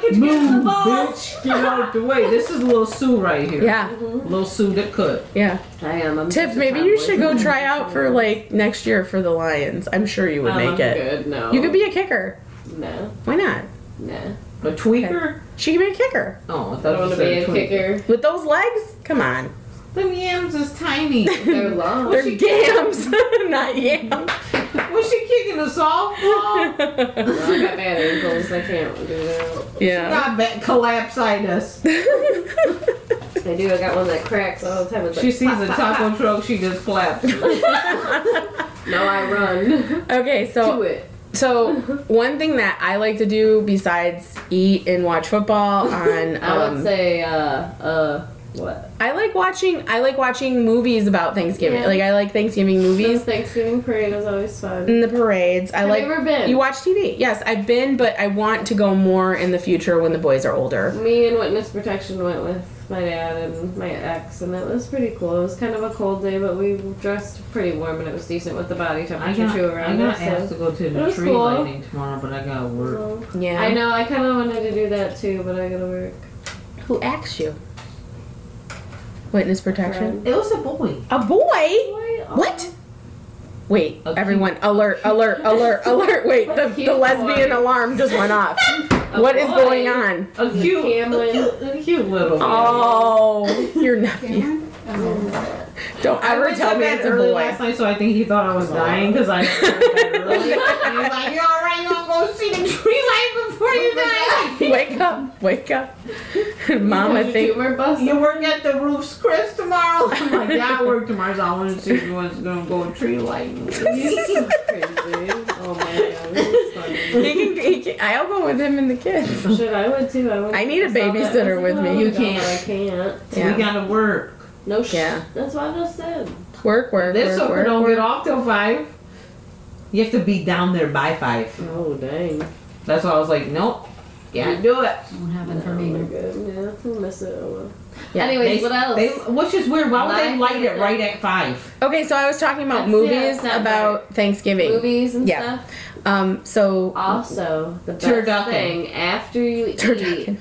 Speaker 2: Mom. Could you get the
Speaker 1: Move,
Speaker 2: ball?
Speaker 1: bitch. Get out the way. This is little Sue right here.
Speaker 3: Yeah,
Speaker 1: Little Sue that could.
Speaker 3: yeah.
Speaker 2: Mm-hmm. I am. I'm
Speaker 3: Tiff,
Speaker 2: such a
Speaker 3: maybe you
Speaker 2: tomboy.
Speaker 3: should go try out for like next year for the Lions. I'm sure you would
Speaker 2: Um,
Speaker 3: make it.
Speaker 2: Good. No.
Speaker 3: You could be a kicker.
Speaker 2: No.
Speaker 3: Why not?
Speaker 2: No.
Speaker 1: A tweaker?
Speaker 3: She could be a kicker.
Speaker 1: Oh, I
Speaker 2: I
Speaker 1: thought
Speaker 2: don't
Speaker 1: you
Speaker 2: want to
Speaker 1: said
Speaker 2: be a
Speaker 1: tweaker.
Speaker 2: kicker.
Speaker 3: With those legs? Come on.
Speaker 1: Them yams is tiny.
Speaker 2: They're long.
Speaker 3: They're gams, not yams.
Speaker 1: Was she kicking a softball?
Speaker 2: No, I got bad ankles. I can't do that.
Speaker 3: yeah.
Speaker 1: God, bet collapsitis.
Speaker 2: I do. I got one that cracks all the time. It's
Speaker 1: She
Speaker 2: like,
Speaker 1: sees a
Speaker 2: pop, pop,
Speaker 1: taco truck, she just collapses.
Speaker 2: pop. No, I run.
Speaker 3: okay, so
Speaker 2: do it.
Speaker 3: So one thing that I like to do besides eat and watch football on
Speaker 2: I
Speaker 3: um,
Speaker 2: would say, uh, uh, what?
Speaker 3: I like watching I like watching movies about Thanksgiving.
Speaker 2: Yeah.
Speaker 3: Like I like Thanksgiving
Speaker 2: The
Speaker 3: movies
Speaker 2: Thanksgiving parade is always fun.
Speaker 3: and the parades. Mm, I
Speaker 2: Have
Speaker 3: like
Speaker 2: you ever been?
Speaker 3: you watch TV. Yes, I've been, but I want to go more in the future when the boys are older.
Speaker 2: Me and Witness Protection went with my dad and my ex, and it was pretty cool. It was kind of a cold day, but we dressed pretty warm, and it was decent with the body
Speaker 1: I
Speaker 2: temperature
Speaker 1: got,
Speaker 2: too
Speaker 1: I
Speaker 2: around
Speaker 1: got
Speaker 2: us.
Speaker 1: asked
Speaker 2: So.
Speaker 1: to go to
Speaker 2: It
Speaker 1: the
Speaker 2: was
Speaker 1: tree
Speaker 2: cool.
Speaker 1: lighting tomorrow, but I gotta work.
Speaker 2: so-
Speaker 3: Yeah.
Speaker 2: I know. I kind of wanted to do that too, but I gotta work.
Speaker 3: Who asked you? Witness protection.
Speaker 1: It was a boy.
Speaker 3: A boy?
Speaker 2: Um, Why all-
Speaker 3: What? Wait,
Speaker 1: A
Speaker 3: everyone, alert, alert, alert, alert. Wait, the,
Speaker 2: Cute
Speaker 3: the lesbian
Speaker 2: boy.
Speaker 3: alarm just went off.
Speaker 2: A
Speaker 3: What is
Speaker 2: boy?
Speaker 3: going on?
Speaker 1: A cute, a
Speaker 2: Cameron.
Speaker 1: cute, a cute little boy.
Speaker 3: Oh, your nephew.
Speaker 2: Oh,
Speaker 3: Don't
Speaker 1: I
Speaker 3: ever
Speaker 1: went
Speaker 3: tell
Speaker 1: to
Speaker 3: me
Speaker 1: bed
Speaker 3: it's a
Speaker 1: early
Speaker 3: boy.
Speaker 1: last night, so I think he thought I was dying because I. went to bed early. And He's like, "You all right? You gonna go see the tree light before you die?
Speaker 3: Wake up, wake up. Mom, I
Speaker 2: Did
Speaker 3: think.
Speaker 2: you humor bust?
Speaker 1: You work at the roof's Chris tomorrow?" I'm like, "Yeah, I work tomorrow. So I want to see if you was gonna go tree lighting."
Speaker 2: Crazy. Oh my god, this is funny.
Speaker 3: He can, he can, I'll go with him and the kids.
Speaker 2: Should Oh, I would too. I, would
Speaker 3: I need a babysitter with me.
Speaker 1: You
Speaker 2: You can't.
Speaker 1: can't.
Speaker 2: I can't.
Speaker 1: We
Speaker 3: Yeah.
Speaker 1: gotta work.
Speaker 2: No sh.
Speaker 3: Yeah.
Speaker 2: That's what I just said.
Speaker 3: Work, work,
Speaker 1: This
Speaker 3: work,
Speaker 1: sucker
Speaker 3: work.
Speaker 1: don't get off till five. You have to be down there by five.
Speaker 2: Oh dang.
Speaker 1: That's why I was like, "Nope, can't do it."
Speaker 5: Won't happen for
Speaker 2: Oh my
Speaker 5: me.
Speaker 2: god. Yeah. We'll miss it. Oh, well.
Speaker 3: Yeah.
Speaker 2: Anyways,
Speaker 1: They-
Speaker 2: what else?
Speaker 1: They, which is weird. Why would they
Speaker 2: Why?
Speaker 1: light it right at five?
Speaker 3: Okay, so I was talking about
Speaker 2: That's- yeah,
Speaker 3: movies
Speaker 2: it's not
Speaker 3: about Thanksgiving.
Speaker 2: Movies and
Speaker 3: Yeah.
Speaker 2: stuff.
Speaker 3: Um, so
Speaker 2: Also, the best
Speaker 1: Turducken.
Speaker 2: thing after you eat,
Speaker 3: Turducken.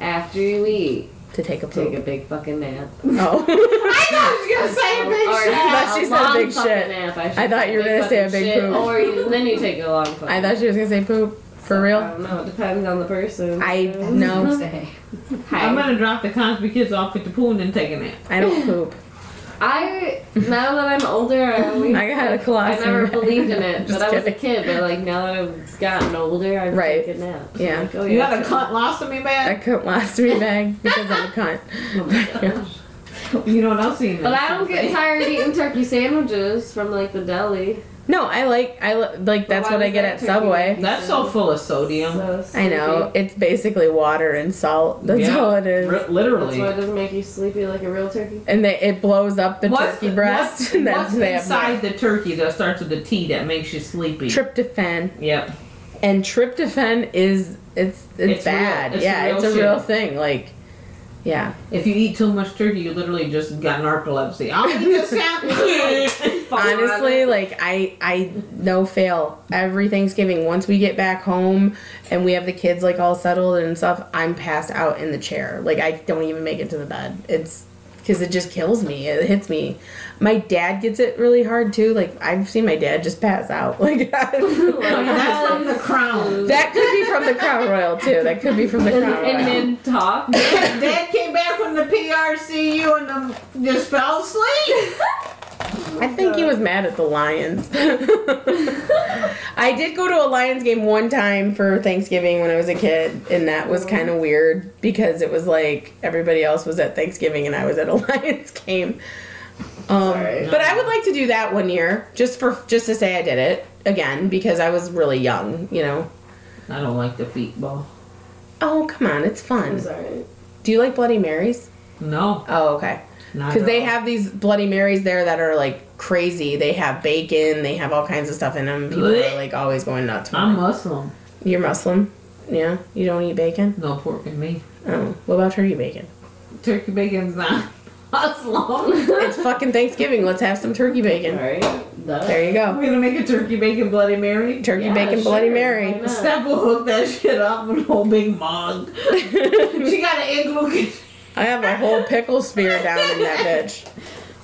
Speaker 2: after you eat,
Speaker 3: to take a
Speaker 2: take a
Speaker 3: poop.
Speaker 2: big fucking nap.
Speaker 3: Oh,
Speaker 1: I thought you was gonna say a
Speaker 2: Or
Speaker 1: big shit.
Speaker 2: a
Speaker 3: thought she said
Speaker 2: long
Speaker 3: big
Speaker 2: fucking
Speaker 3: shit.
Speaker 2: Nap, I, should
Speaker 3: I thought
Speaker 2: say.
Speaker 3: you were gonna say a
Speaker 2: fucking
Speaker 3: big
Speaker 2: shit,
Speaker 3: poop.
Speaker 2: Or you, then you take a long. Fucking
Speaker 3: I thought she was gonna say poop. For
Speaker 2: I
Speaker 3: real?
Speaker 2: don't know. It depends on the person.
Speaker 3: I
Speaker 5: That's
Speaker 3: no,
Speaker 5: Wednesday.
Speaker 1: I'm
Speaker 2: Hi.
Speaker 1: gonna drop the Cosby kids off at the pool and then take a nap.
Speaker 3: I don't poop.
Speaker 2: I now that I'm older, I, always,
Speaker 3: I had a
Speaker 2: I
Speaker 3: colostomy.
Speaker 2: never believed in it,
Speaker 3: Just
Speaker 2: but I was a
Speaker 3: kidding.
Speaker 2: kid. But like now that I've gotten older, I'm
Speaker 3: Right.
Speaker 2: taking naps. I'm
Speaker 3: Yeah.
Speaker 2: like, oh,
Speaker 1: You got a
Speaker 2: it's-
Speaker 1: cunt lost to me,
Speaker 3: I
Speaker 1: man.
Speaker 3: couldn't last me bag because I'm a cunt.
Speaker 2: Oh my gosh.
Speaker 1: You know what I've seen.
Speaker 2: But I don't get tired eating turkey sandwiches from like the deli.
Speaker 3: No, I like I li- like that's
Speaker 2: why
Speaker 3: what I
Speaker 2: was
Speaker 3: get
Speaker 2: that
Speaker 3: at
Speaker 2: turkey
Speaker 3: Subway.
Speaker 2: make?
Speaker 1: That's so full of sodium.
Speaker 2: So
Speaker 3: I know it's basically water and salt. That's
Speaker 1: Yeah.
Speaker 3: all it is.
Speaker 1: R-
Speaker 2: That's why it
Speaker 1: literally.
Speaker 2: doesn't make you sleepy like a real turkey.
Speaker 3: And they, it blows up the turkey breast.
Speaker 1: What's,
Speaker 3: and that's
Speaker 1: what's
Speaker 3: they have
Speaker 1: inside the turkey that starts with a T that makes you sleepy?
Speaker 3: tryptophan.
Speaker 1: Yep.
Speaker 3: And tryptophan is it's it's,
Speaker 1: It's real.
Speaker 3: bad.
Speaker 1: It's
Speaker 3: yeah,
Speaker 1: real
Speaker 3: it's a
Speaker 1: shit.
Speaker 3: real thing. Like, yeah.
Speaker 1: If you eat too much turkey, you literally just got narcolepsy. I'll eat this sandwich.
Speaker 3: honestly like i i no fail every thanksgiving once we get back home and we have the kids like all settled and stuff i'm passed out in the chair like i don't even make it to the bed it's because it just kills me it hits me my dad gets it really hard too like i've seen my dad just pass out like
Speaker 1: That's from the crown.
Speaker 3: that could be from the crown royal too that could be from the crown royal
Speaker 2: And then talk.
Speaker 1: Dad came back from the PRCU and um, just fell asleep.
Speaker 3: I think he was mad at the Lions. I did go to a Lions game one time for Thanksgiving when I was a kid, and that was kind of weird because it was like everybody else was at Thanksgiving and I was at a Lions game. Um,
Speaker 1: Sorry.
Speaker 3: but I would like to do that one year, just for just to say I did it again because I was really young, you know.
Speaker 1: I don't like the feet ball.
Speaker 3: Oh come on, it's
Speaker 2: I'm
Speaker 3: fun.
Speaker 2: sorry.
Speaker 3: Do you like Bloody Marys?
Speaker 1: No,
Speaker 3: Oh okay.
Speaker 1: not
Speaker 3: because
Speaker 1: at
Speaker 3: they
Speaker 1: all.
Speaker 3: have these bloody marys there that are like crazy they have bacon they have all kinds of stuff in them people are like always going nuts
Speaker 1: I'm Muslim.
Speaker 3: you're muslim yeah you don't eat bacon
Speaker 1: No pork and me.
Speaker 3: oh what about turkey bacon
Speaker 1: Turkey bacon's not Muslim.
Speaker 3: it's fucking thanksgiving let's have some turkey bacon
Speaker 1: Alright.
Speaker 3: there you
Speaker 1: I'm
Speaker 3: go
Speaker 1: gonna make a turkey bacon Bloody Mary.
Speaker 3: turkey
Speaker 2: Yeah,
Speaker 3: bacon
Speaker 2: sure,
Speaker 3: bloody
Speaker 2: why
Speaker 3: mary
Speaker 2: not?
Speaker 1: Steph will hook that shit up with a whole big mug. she got an igloo kitchen.
Speaker 3: i have a whole pickle spear down in that bitch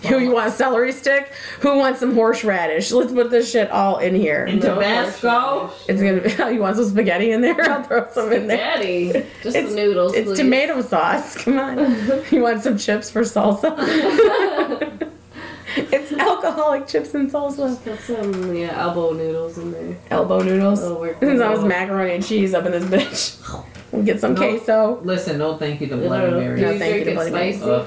Speaker 3: who you want a celery stick who wants some horseradish let's put this shit all in here
Speaker 1: And
Speaker 2: No,
Speaker 1: Tabasco?
Speaker 2: horseradish.
Speaker 3: it's gonna be oh you want some spaghetti in there i'll throw some in there
Speaker 2: Daddy, just
Speaker 3: It's-
Speaker 2: the noodles.
Speaker 3: It's
Speaker 2: please.
Speaker 3: tomato sauce. Come on. you want some chips for salsa? it's alcoholic chips and salsa.
Speaker 2: Put some yeah elbow noodles in there.
Speaker 3: Elbow noodles.
Speaker 2: That'll work.
Speaker 3: Oh. Since I was macaroni and cheese up in this bitch. We'll get some
Speaker 1: No.
Speaker 3: queso.
Speaker 1: Listen, no thank you to
Speaker 2: It'll-
Speaker 1: Bloody Mary.
Speaker 2: Do
Speaker 3: No,
Speaker 2: you
Speaker 3: thank
Speaker 2: drink
Speaker 3: you to
Speaker 2: it
Speaker 3: Bloody Mary.
Speaker 2: spicy?
Speaker 1: Ugh.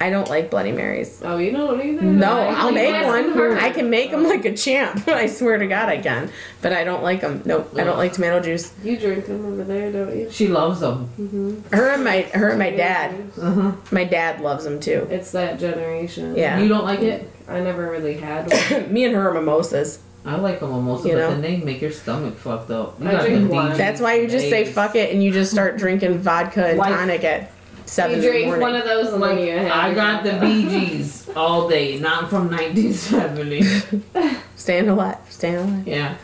Speaker 3: I don't like Bloody Marys.
Speaker 2: Oh, you don't either.
Speaker 3: No,
Speaker 2: Why?
Speaker 3: I'll
Speaker 2: You
Speaker 3: make
Speaker 2: asked
Speaker 3: one.
Speaker 2: her.
Speaker 3: I can make them like a champ. I swear to God, I can. But I don't like them. Nope. I don't like tomato juice.
Speaker 2: You drink them over there, don't you?
Speaker 1: she loves them.
Speaker 3: Her and my her and Mm-hmm. my dad.
Speaker 1: Uh-huh.
Speaker 3: My dad loves them too.
Speaker 2: It's that generation.
Speaker 3: Yeah.
Speaker 1: You don't like it?
Speaker 2: I never really had one.
Speaker 3: Me and her are mimosas.
Speaker 1: I like them almost,
Speaker 3: You
Speaker 1: but
Speaker 3: know?
Speaker 1: then they make your stomach fucked up. You
Speaker 2: I
Speaker 1: got
Speaker 2: drink
Speaker 1: the
Speaker 2: one.
Speaker 1: DGs
Speaker 3: That's why you just say
Speaker 1: days.
Speaker 3: fuck it and you just start drinking vodka and
Speaker 1: Why-
Speaker 3: tonic at seven
Speaker 2: You
Speaker 3: in the
Speaker 2: drink one
Speaker 3: morning.
Speaker 2: of those and
Speaker 1: Like,
Speaker 2: then you have.
Speaker 1: I
Speaker 2: your
Speaker 1: got the
Speaker 2: vodka.
Speaker 1: BGs all day, not from 1970.
Speaker 3: Stand alive, stand alive.
Speaker 1: yeah.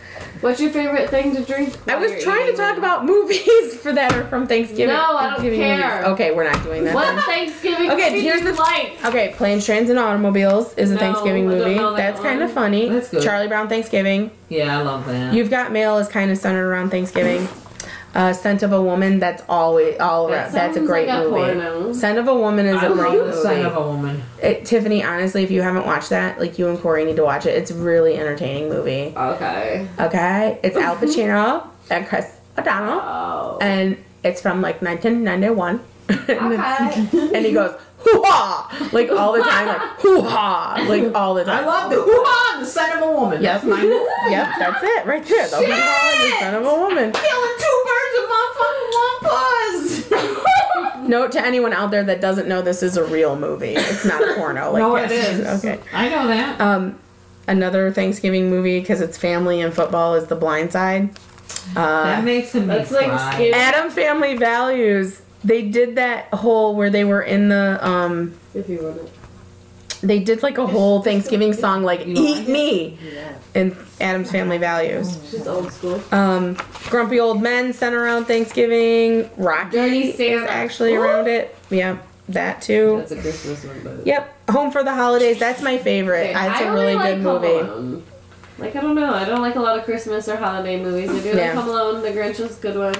Speaker 2: What's your favorite thing to drink?
Speaker 3: I
Speaker 2: while
Speaker 3: was
Speaker 2: you're
Speaker 3: trying to
Speaker 2: eating
Speaker 3: talk
Speaker 2: them?
Speaker 3: about movies for that are from Thanksgiving.
Speaker 2: No, I don't
Speaker 3: Thanksgiving movies.
Speaker 2: care.
Speaker 3: Okay, we're not doing that.
Speaker 2: What Thanksgiving?
Speaker 3: Okay,
Speaker 2: food
Speaker 3: here's
Speaker 2: do you
Speaker 3: the-
Speaker 2: like.
Speaker 3: then. Okay, Planes, Trains, and Automobiles is a
Speaker 2: No,
Speaker 3: Thanksgiving
Speaker 2: I don't
Speaker 3: movie.
Speaker 2: know that
Speaker 3: That's kind of
Speaker 2: one.
Speaker 3: funny.
Speaker 1: That's good.
Speaker 3: Charlie Brown Thanksgiving.
Speaker 1: Yeah, I love that.
Speaker 3: You've Got Mail is kind of centered around Thanksgiving. Uh, Scent of a Woman. That's always all. around. that's a
Speaker 2: sounds
Speaker 3: great
Speaker 2: like a
Speaker 3: movie.
Speaker 2: porno.
Speaker 3: Scent of a Woman is
Speaker 1: I
Speaker 3: a
Speaker 1: love
Speaker 3: great
Speaker 1: the
Speaker 3: movie.
Speaker 1: son of a woman.
Speaker 3: It, Tiffany, honestly, if you haven't watched that, like you and Corey need to watch it. It's a really entertaining movie.
Speaker 2: Okay.
Speaker 3: Okay, it's Al Pacino and Chris O'Donnell,
Speaker 2: Oh.
Speaker 3: and it's from like 1991. and, it's-
Speaker 2: Okay.
Speaker 3: and he goes hoo ha like all the time, like hoo ha like all the
Speaker 1: I
Speaker 3: time.
Speaker 1: love the hoo ha, the son of a woman.
Speaker 3: Yep,
Speaker 1: That's my movie.
Speaker 3: yep, that's it right there. The hoo-ha and the son of a woman.
Speaker 1: Killing two birds with my fucking one buzz.
Speaker 3: Note to anyone out there that doesn't know this is a real movie. It's not a porno. Like
Speaker 1: no, it
Speaker 3: yes.
Speaker 1: is.
Speaker 3: Okay.
Speaker 1: I know that.
Speaker 3: Um, another Thanksgiving movie because it's family and football is The Blind Side. Uh,
Speaker 1: that makes him
Speaker 2: That's like
Speaker 1: cry.
Speaker 2: scary.
Speaker 3: Adam Family Values. They did that whole where they were in the um
Speaker 2: if you want it.
Speaker 3: they did like a whole Thanksgiving song like
Speaker 1: You know, I
Speaker 3: Eat Me in Adam's Family Values.
Speaker 2: She's old school.
Speaker 3: Um Grumpy Old Men sent around Thanksgiving. Rocky
Speaker 2: Dirty
Speaker 3: is
Speaker 2: Santa.
Speaker 3: actually around it. Yeah, that too.
Speaker 1: That's a Christmas one, but
Speaker 3: Yep, Home for the Holidays. That's my favorite.
Speaker 2: Okay,
Speaker 3: That's
Speaker 2: I
Speaker 3: a
Speaker 2: only
Speaker 3: really
Speaker 2: like
Speaker 3: good
Speaker 2: Home
Speaker 3: movie.
Speaker 2: Alone. Like I don't know, I don't like a lot of Christmas or holiday movies. I do like
Speaker 3: Yeah.
Speaker 2: Home Alone, The Grinch is a good one.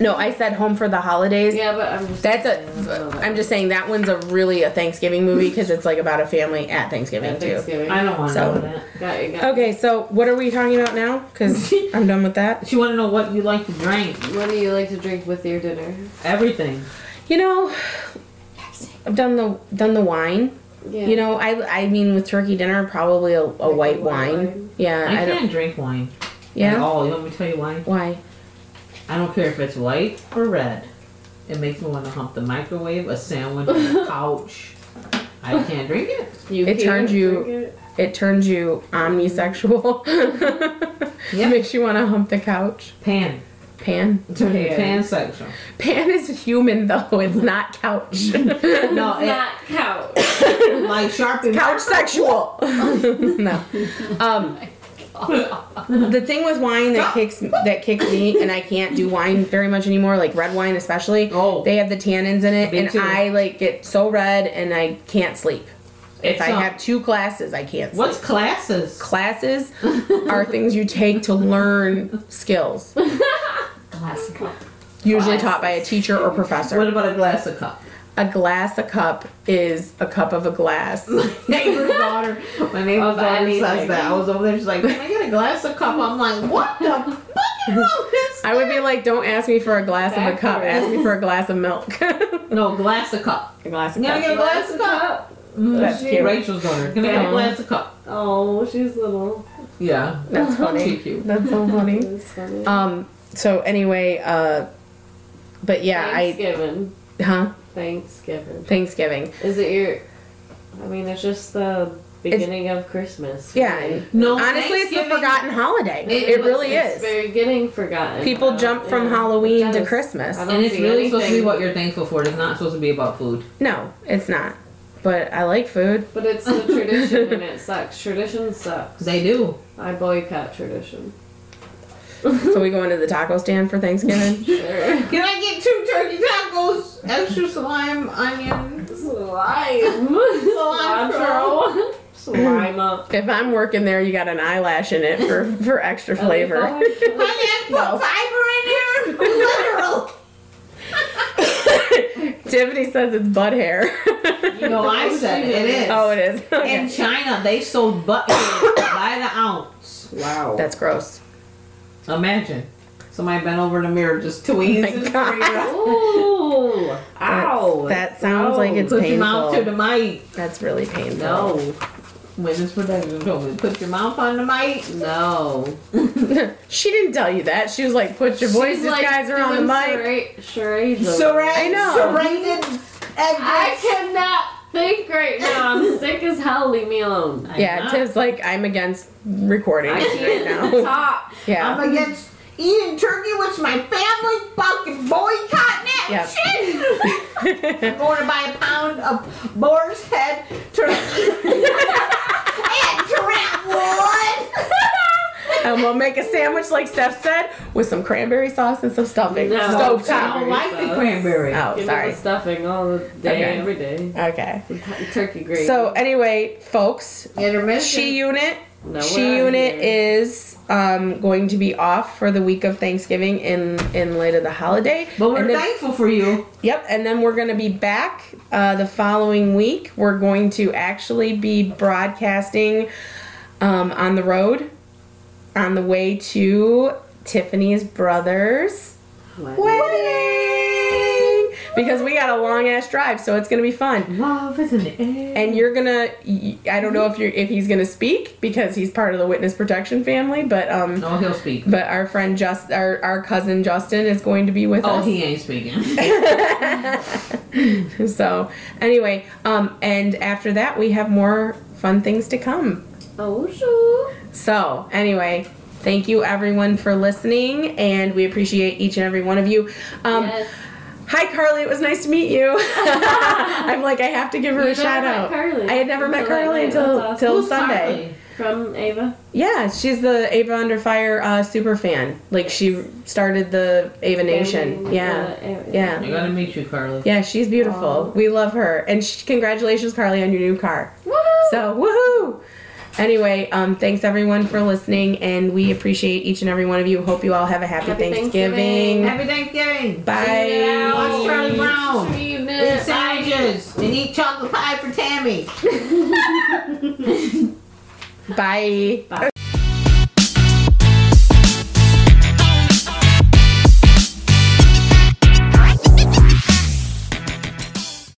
Speaker 3: No, I said Home for the Holidays.
Speaker 2: Yeah, but I'm just
Speaker 3: That's
Speaker 2: I don't know
Speaker 3: a.
Speaker 2: that
Speaker 3: I'm just saying that one's a really a Thanksgiving movie because it's like about a family at
Speaker 2: one.
Speaker 3: Thanksgiving
Speaker 2: Yeah,
Speaker 3: too.
Speaker 2: Thanksgiving.
Speaker 1: I don't want to
Speaker 3: So-
Speaker 1: know that.
Speaker 2: Got you, got you.
Speaker 3: Okay, so what are we talking about now? Because I'm done with that.
Speaker 1: She want to know what you like to drink.
Speaker 2: What do you like to drink with your dinner?
Speaker 1: Everything.
Speaker 3: You know, I've done the done the wine.
Speaker 2: Yeah.
Speaker 3: You know, I I mean with turkey dinner probably a, a
Speaker 2: a white
Speaker 3: white wine.
Speaker 2: wine.
Speaker 3: Yeah,
Speaker 1: I,
Speaker 3: I, don't.
Speaker 1: can't drink wine at
Speaker 3: Yeah,
Speaker 1: all. You want me to tell you why?
Speaker 3: why?
Speaker 1: I don't care if it's white or red. It makes me want to hump the microwave, a sandwich, and a couch. I can't drink it.
Speaker 2: You
Speaker 3: It
Speaker 2: can't
Speaker 3: turns you-
Speaker 2: drink it.
Speaker 3: It turns you omnisexual. It
Speaker 1: Yeah.
Speaker 3: Makes you want to hump the couch.
Speaker 1: Pan.
Speaker 3: Pan.
Speaker 1: Turn to
Speaker 2: Pan.
Speaker 1: pansexual.
Speaker 3: Pan is human though. It's not couch.
Speaker 1: No,
Speaker 2: It's
Speaker 1: it,
Speaker 2: not couch.
Speaker 1: like sharpen.
Speaker 3: couch sexual. no. Um, the thing with wine that kicks that kicks me, and I can't do wine very much anymore, like red wine especially.
Speaker 1: Oh.
Speaker 3: They have the tannins in it,
Speaker 1: Me
Speaker 3: and
Speaker 1: too.
Speaker 3: I like get so red, and I can't sleep. If
Speaker 1: It's
Speaker 3: I
Speaker 1: not-
Speaker 3: have two classes, I can't. Sleep.
Speaker 1: What's classes?
Speaker 3: Classes are things you take to learn skills,
Speaker 1: Glass cup.
Speaker 3: usually taught by a teacher or professor.
Speaker 1: What about a glass of cup?
Speaker 3: a glass a cup is a cup of a glass.
Speaker 1: neighbor's daughter. My neighbor's
Speaker 2: Of
Speaker 1: daughter
Speaker 2: anything.
Speaker 1: says Oh, that. I was over there. She's like, "Can I get a glass of cup?" I'm like, "What the fuck is wrong with
Speaker 3: I would be like, don't ask me for a glass of a cup. Ask me for a glass of milk. a
Speaker 1: this?" No, glass of cup.
Speaker 3: glass of
Speaker 1: Can I
Speaker 3: cup.
Speaker 1: get a glass of cup? Mm,
Speaker 3: That's
Speaker 1: she-
Speaker 3: cute.
Speaker 1: Rachel's daughter. Can I get a
Speaker 2: Yeah.
Speaker 1: glass of cup?
Speaker 2: Oh, she's little.
Speaker 1: Yeah,
Speaker 3: That's
Speaker 1: she
Speaker 3: funny.
Speaker 1: cute.
Speaker 3: That's so funny.
Speaker 2: It's funny.
Speaker 3: Um. So anyway, uh, but yeah, I
Speaker 2: Thanksgiving.
Speaker 3: huh
Speaker 2: Thanksgiving.
Speaker 3: Thanksgiving.
Speaker 2: Is it your? I mean, it's just the beginning of Christmas.
Speaker 3: Yeah.
Speaker 1: No,
Speaker 3: Honestly, it's the
Speaker 1: Thanksgiving-
Speaker 3: forgotten holiday. It,
Speaker 2: was-
Speaker 3: really
Speaker 2: it's
Speaker 3: is.
Speaker 2: Very getting forgotten.
Speaker 3: People
Speaker 2: about,
Speaker 3: jump from
Speaker 2: yeah.
Speaker 3: Halloween to
Speaker 2: Yes.
Speaker 3: Christmas.
Speaker 2: I don't
Speaker 1: And it's
Speaker 2: see
Speaker 1: really supposed to be
Speaker 2: anything.
Speaker 1: what you're thankful for. It's not supposed to be about food.
Speaker 3: No, it's not. But I like food.
Speaker 2: But it's the tradition, and it sucks. Tradition sucks.
Speaker 1: They do.
Speaker 2: I boycott tradition.
Speaker 3: so we going to the taco stand for Thanksgiving.
Speaker 2: Sure.
Speaker 1: Can I get two turkey tacos, extra slime, onion?
Speaker 2: Slime. Cilantro. Slime up.
Speaker 3: if I'm working there, you got an eyelash in it for for extra
Speaker 1: Oh
Speaker 3: flavor.
Speaker 1: I can put fiber in here. Literal.
Speaker 3: Tiffany says it's butt hair.
Speaker 1: No, I said it is.
Speaker 3: oh, it is. Okay.
Speaker 1: In China, they sold butt hair by the ounce. Wow.
Speaker 3: That's gross.
Speaker 1: Imagine. Somebody bent over in the mirror, just tweezed
Speaker 3: Oh my
Speaker 1: and
Speaker 3: God.
Speaker 1: freed
Speaker 2: Ooh.
Speaker 1: Ow.
Speaker 3: That sounds like it's
Speaker 1: Put your mouth to
Speaker 3: painful.
Speaker 1: the mic.
Speaker 3: That's really painful.
Speaker 1: No. Witness protection told me, put your mouth on the mic.
Speaker 2: No.
Speaker 3: she didn't tell you that. She was like, "Put your voices, guys, are on the mic."
Speaker 2: mic. Charades. over
Speaker 1: Serra-
Speaker 3: I know.
Speaker 1: Serrated
Speaker 2: I
Speaker 1: edges.
Speaker 2: cannot think right now. I'm sick as hell. Leave me alone.
Speaker 1: I'm
Speaker 3: Yeah,
Speaker 1: not.
Speaker 3: Tiv's like, "I'm against recording
Speaker 2: I
Speaker 3: right
Speaker 2: can't
Speaker 3: now."
Speaker 2: talk.
Speaker 3: Yeah.
Speaker 1: I'm against eating turkey, which my family fucking boycotting that
Speaker 3: Yep.
Speaker 1: shit. I'm going to buy a pound of boar's head turkey and trap wood.
Speaker 3: and we'll make a sandwich, like Steph said, with some cranberry sauce and some stuffing.
Speaker 2: No.
Speaker 3: Stove
Speaker 1: I
Speaker 3: top.
Speaker 1: don't
Speaker 2: Cranberry
Speaker 1: like the
Speaker 2: sauce.
Speaker 1: cranberry.
Speaker 3: Oh,
Speaker 2: Give me
Speaker 3: sorry.
Speaker 2: the stuffing all the day,
Speaker 3: Okay.
Speaker 2: every day.
Speaker 3: Okay.
Speaker 2: Turkey gravy.
Speaker 3: So anyway, folks,
Speaker 1: Intermission.
Speaker 3: she unit.
Speaker 2: No,
Speaker 3: She
Speaker 2: we're outta
Speaker 3: unit
Speaker 2: here.
Speaker 3: is um, going to be off for the week of Thanksgiving in in light of the holiday.
Speaker 1: but we're
Speaker 3: And then-
Speaker 1: thankful for you.
Speaker 3: Yep, and then we're going to be back uh, the following week. We're going to actually be broadcasting um, on the road on the way to Tiffany's brother's wedding because we got a long ass drive, so it's going to be fun.
Speaker 1: Love is an air.
Speaker 3: And you're gonna, I don't know if you're if he's gonna speak because he's part of the witness protection family, but um,
Speaker 1: Oh, he'll speak.
Speaker 3: but our friend just our our cousin Justin is going to be with
Speaker 1: Oh,
Speaker 3: us.
Speaker 1: he ain't speaking.
Speaker 3: so anyway um and after that we have more fun things to come
Speaker 2: Oh, sure.
Speaker 3: so anyway thank you everyone for listening and we appreciate each and every one of you um
Speaker 2: yes.
Speaker 3: hi carly it was nice to meet you i'm like i have to give her
Speaker 2: You
Speaker 3: a
Speaker 2: never
Speaker 3: shout
Speaker 2: met
Speaker 3: out
Speaker 2: Carly.
Speaker 3: i had never met
Speaker 2: Until that
Speaker 3: carly
Speaker 2: night.
Speaker 3: until
Speaker 2: That's awesome.
Speaker 3: till
Speaker 1: Who's
Speaker 3: sunday
Speaker 1: Carly?
Speaker 2: From Ava.
Speaker 3: yeah she's the ava under fire uh super fan like she started the ava nation
Speaker 2: Family,
Speaker 3: yeah
Speaker 2: uh, Ava.
Speaker 3: yeah.
Speaker 1: I gotta meet you, Carly.
Speaker 3: yeah she's beautiful
Speaker 2: Aw.
Speaker 3: we love her and sh- congratulations carly on your new car
Speaker 2: Woohoo!
Speaker 3: So, woohoo! Anyway, um, thanks everyone for listening, and we appreciate each and every one of you. Hope you all have a happy,
Speaker 2: Happy
Speaker 3: Thanksgiving.
Speaker 2: Thanksgiving.
Speaker 1: Happy Thanksgiving.
Speaker 3: Bye.
Speaker 1: Watch Charlie Brown.
Speaker 2: Sweet
Speaker 1: Eat
Speaker 2: night.
Speaker 1: sandwiches and eat chocolate pie for Tammy.
Speaker 3: Bye.
Speaker 2: Bye.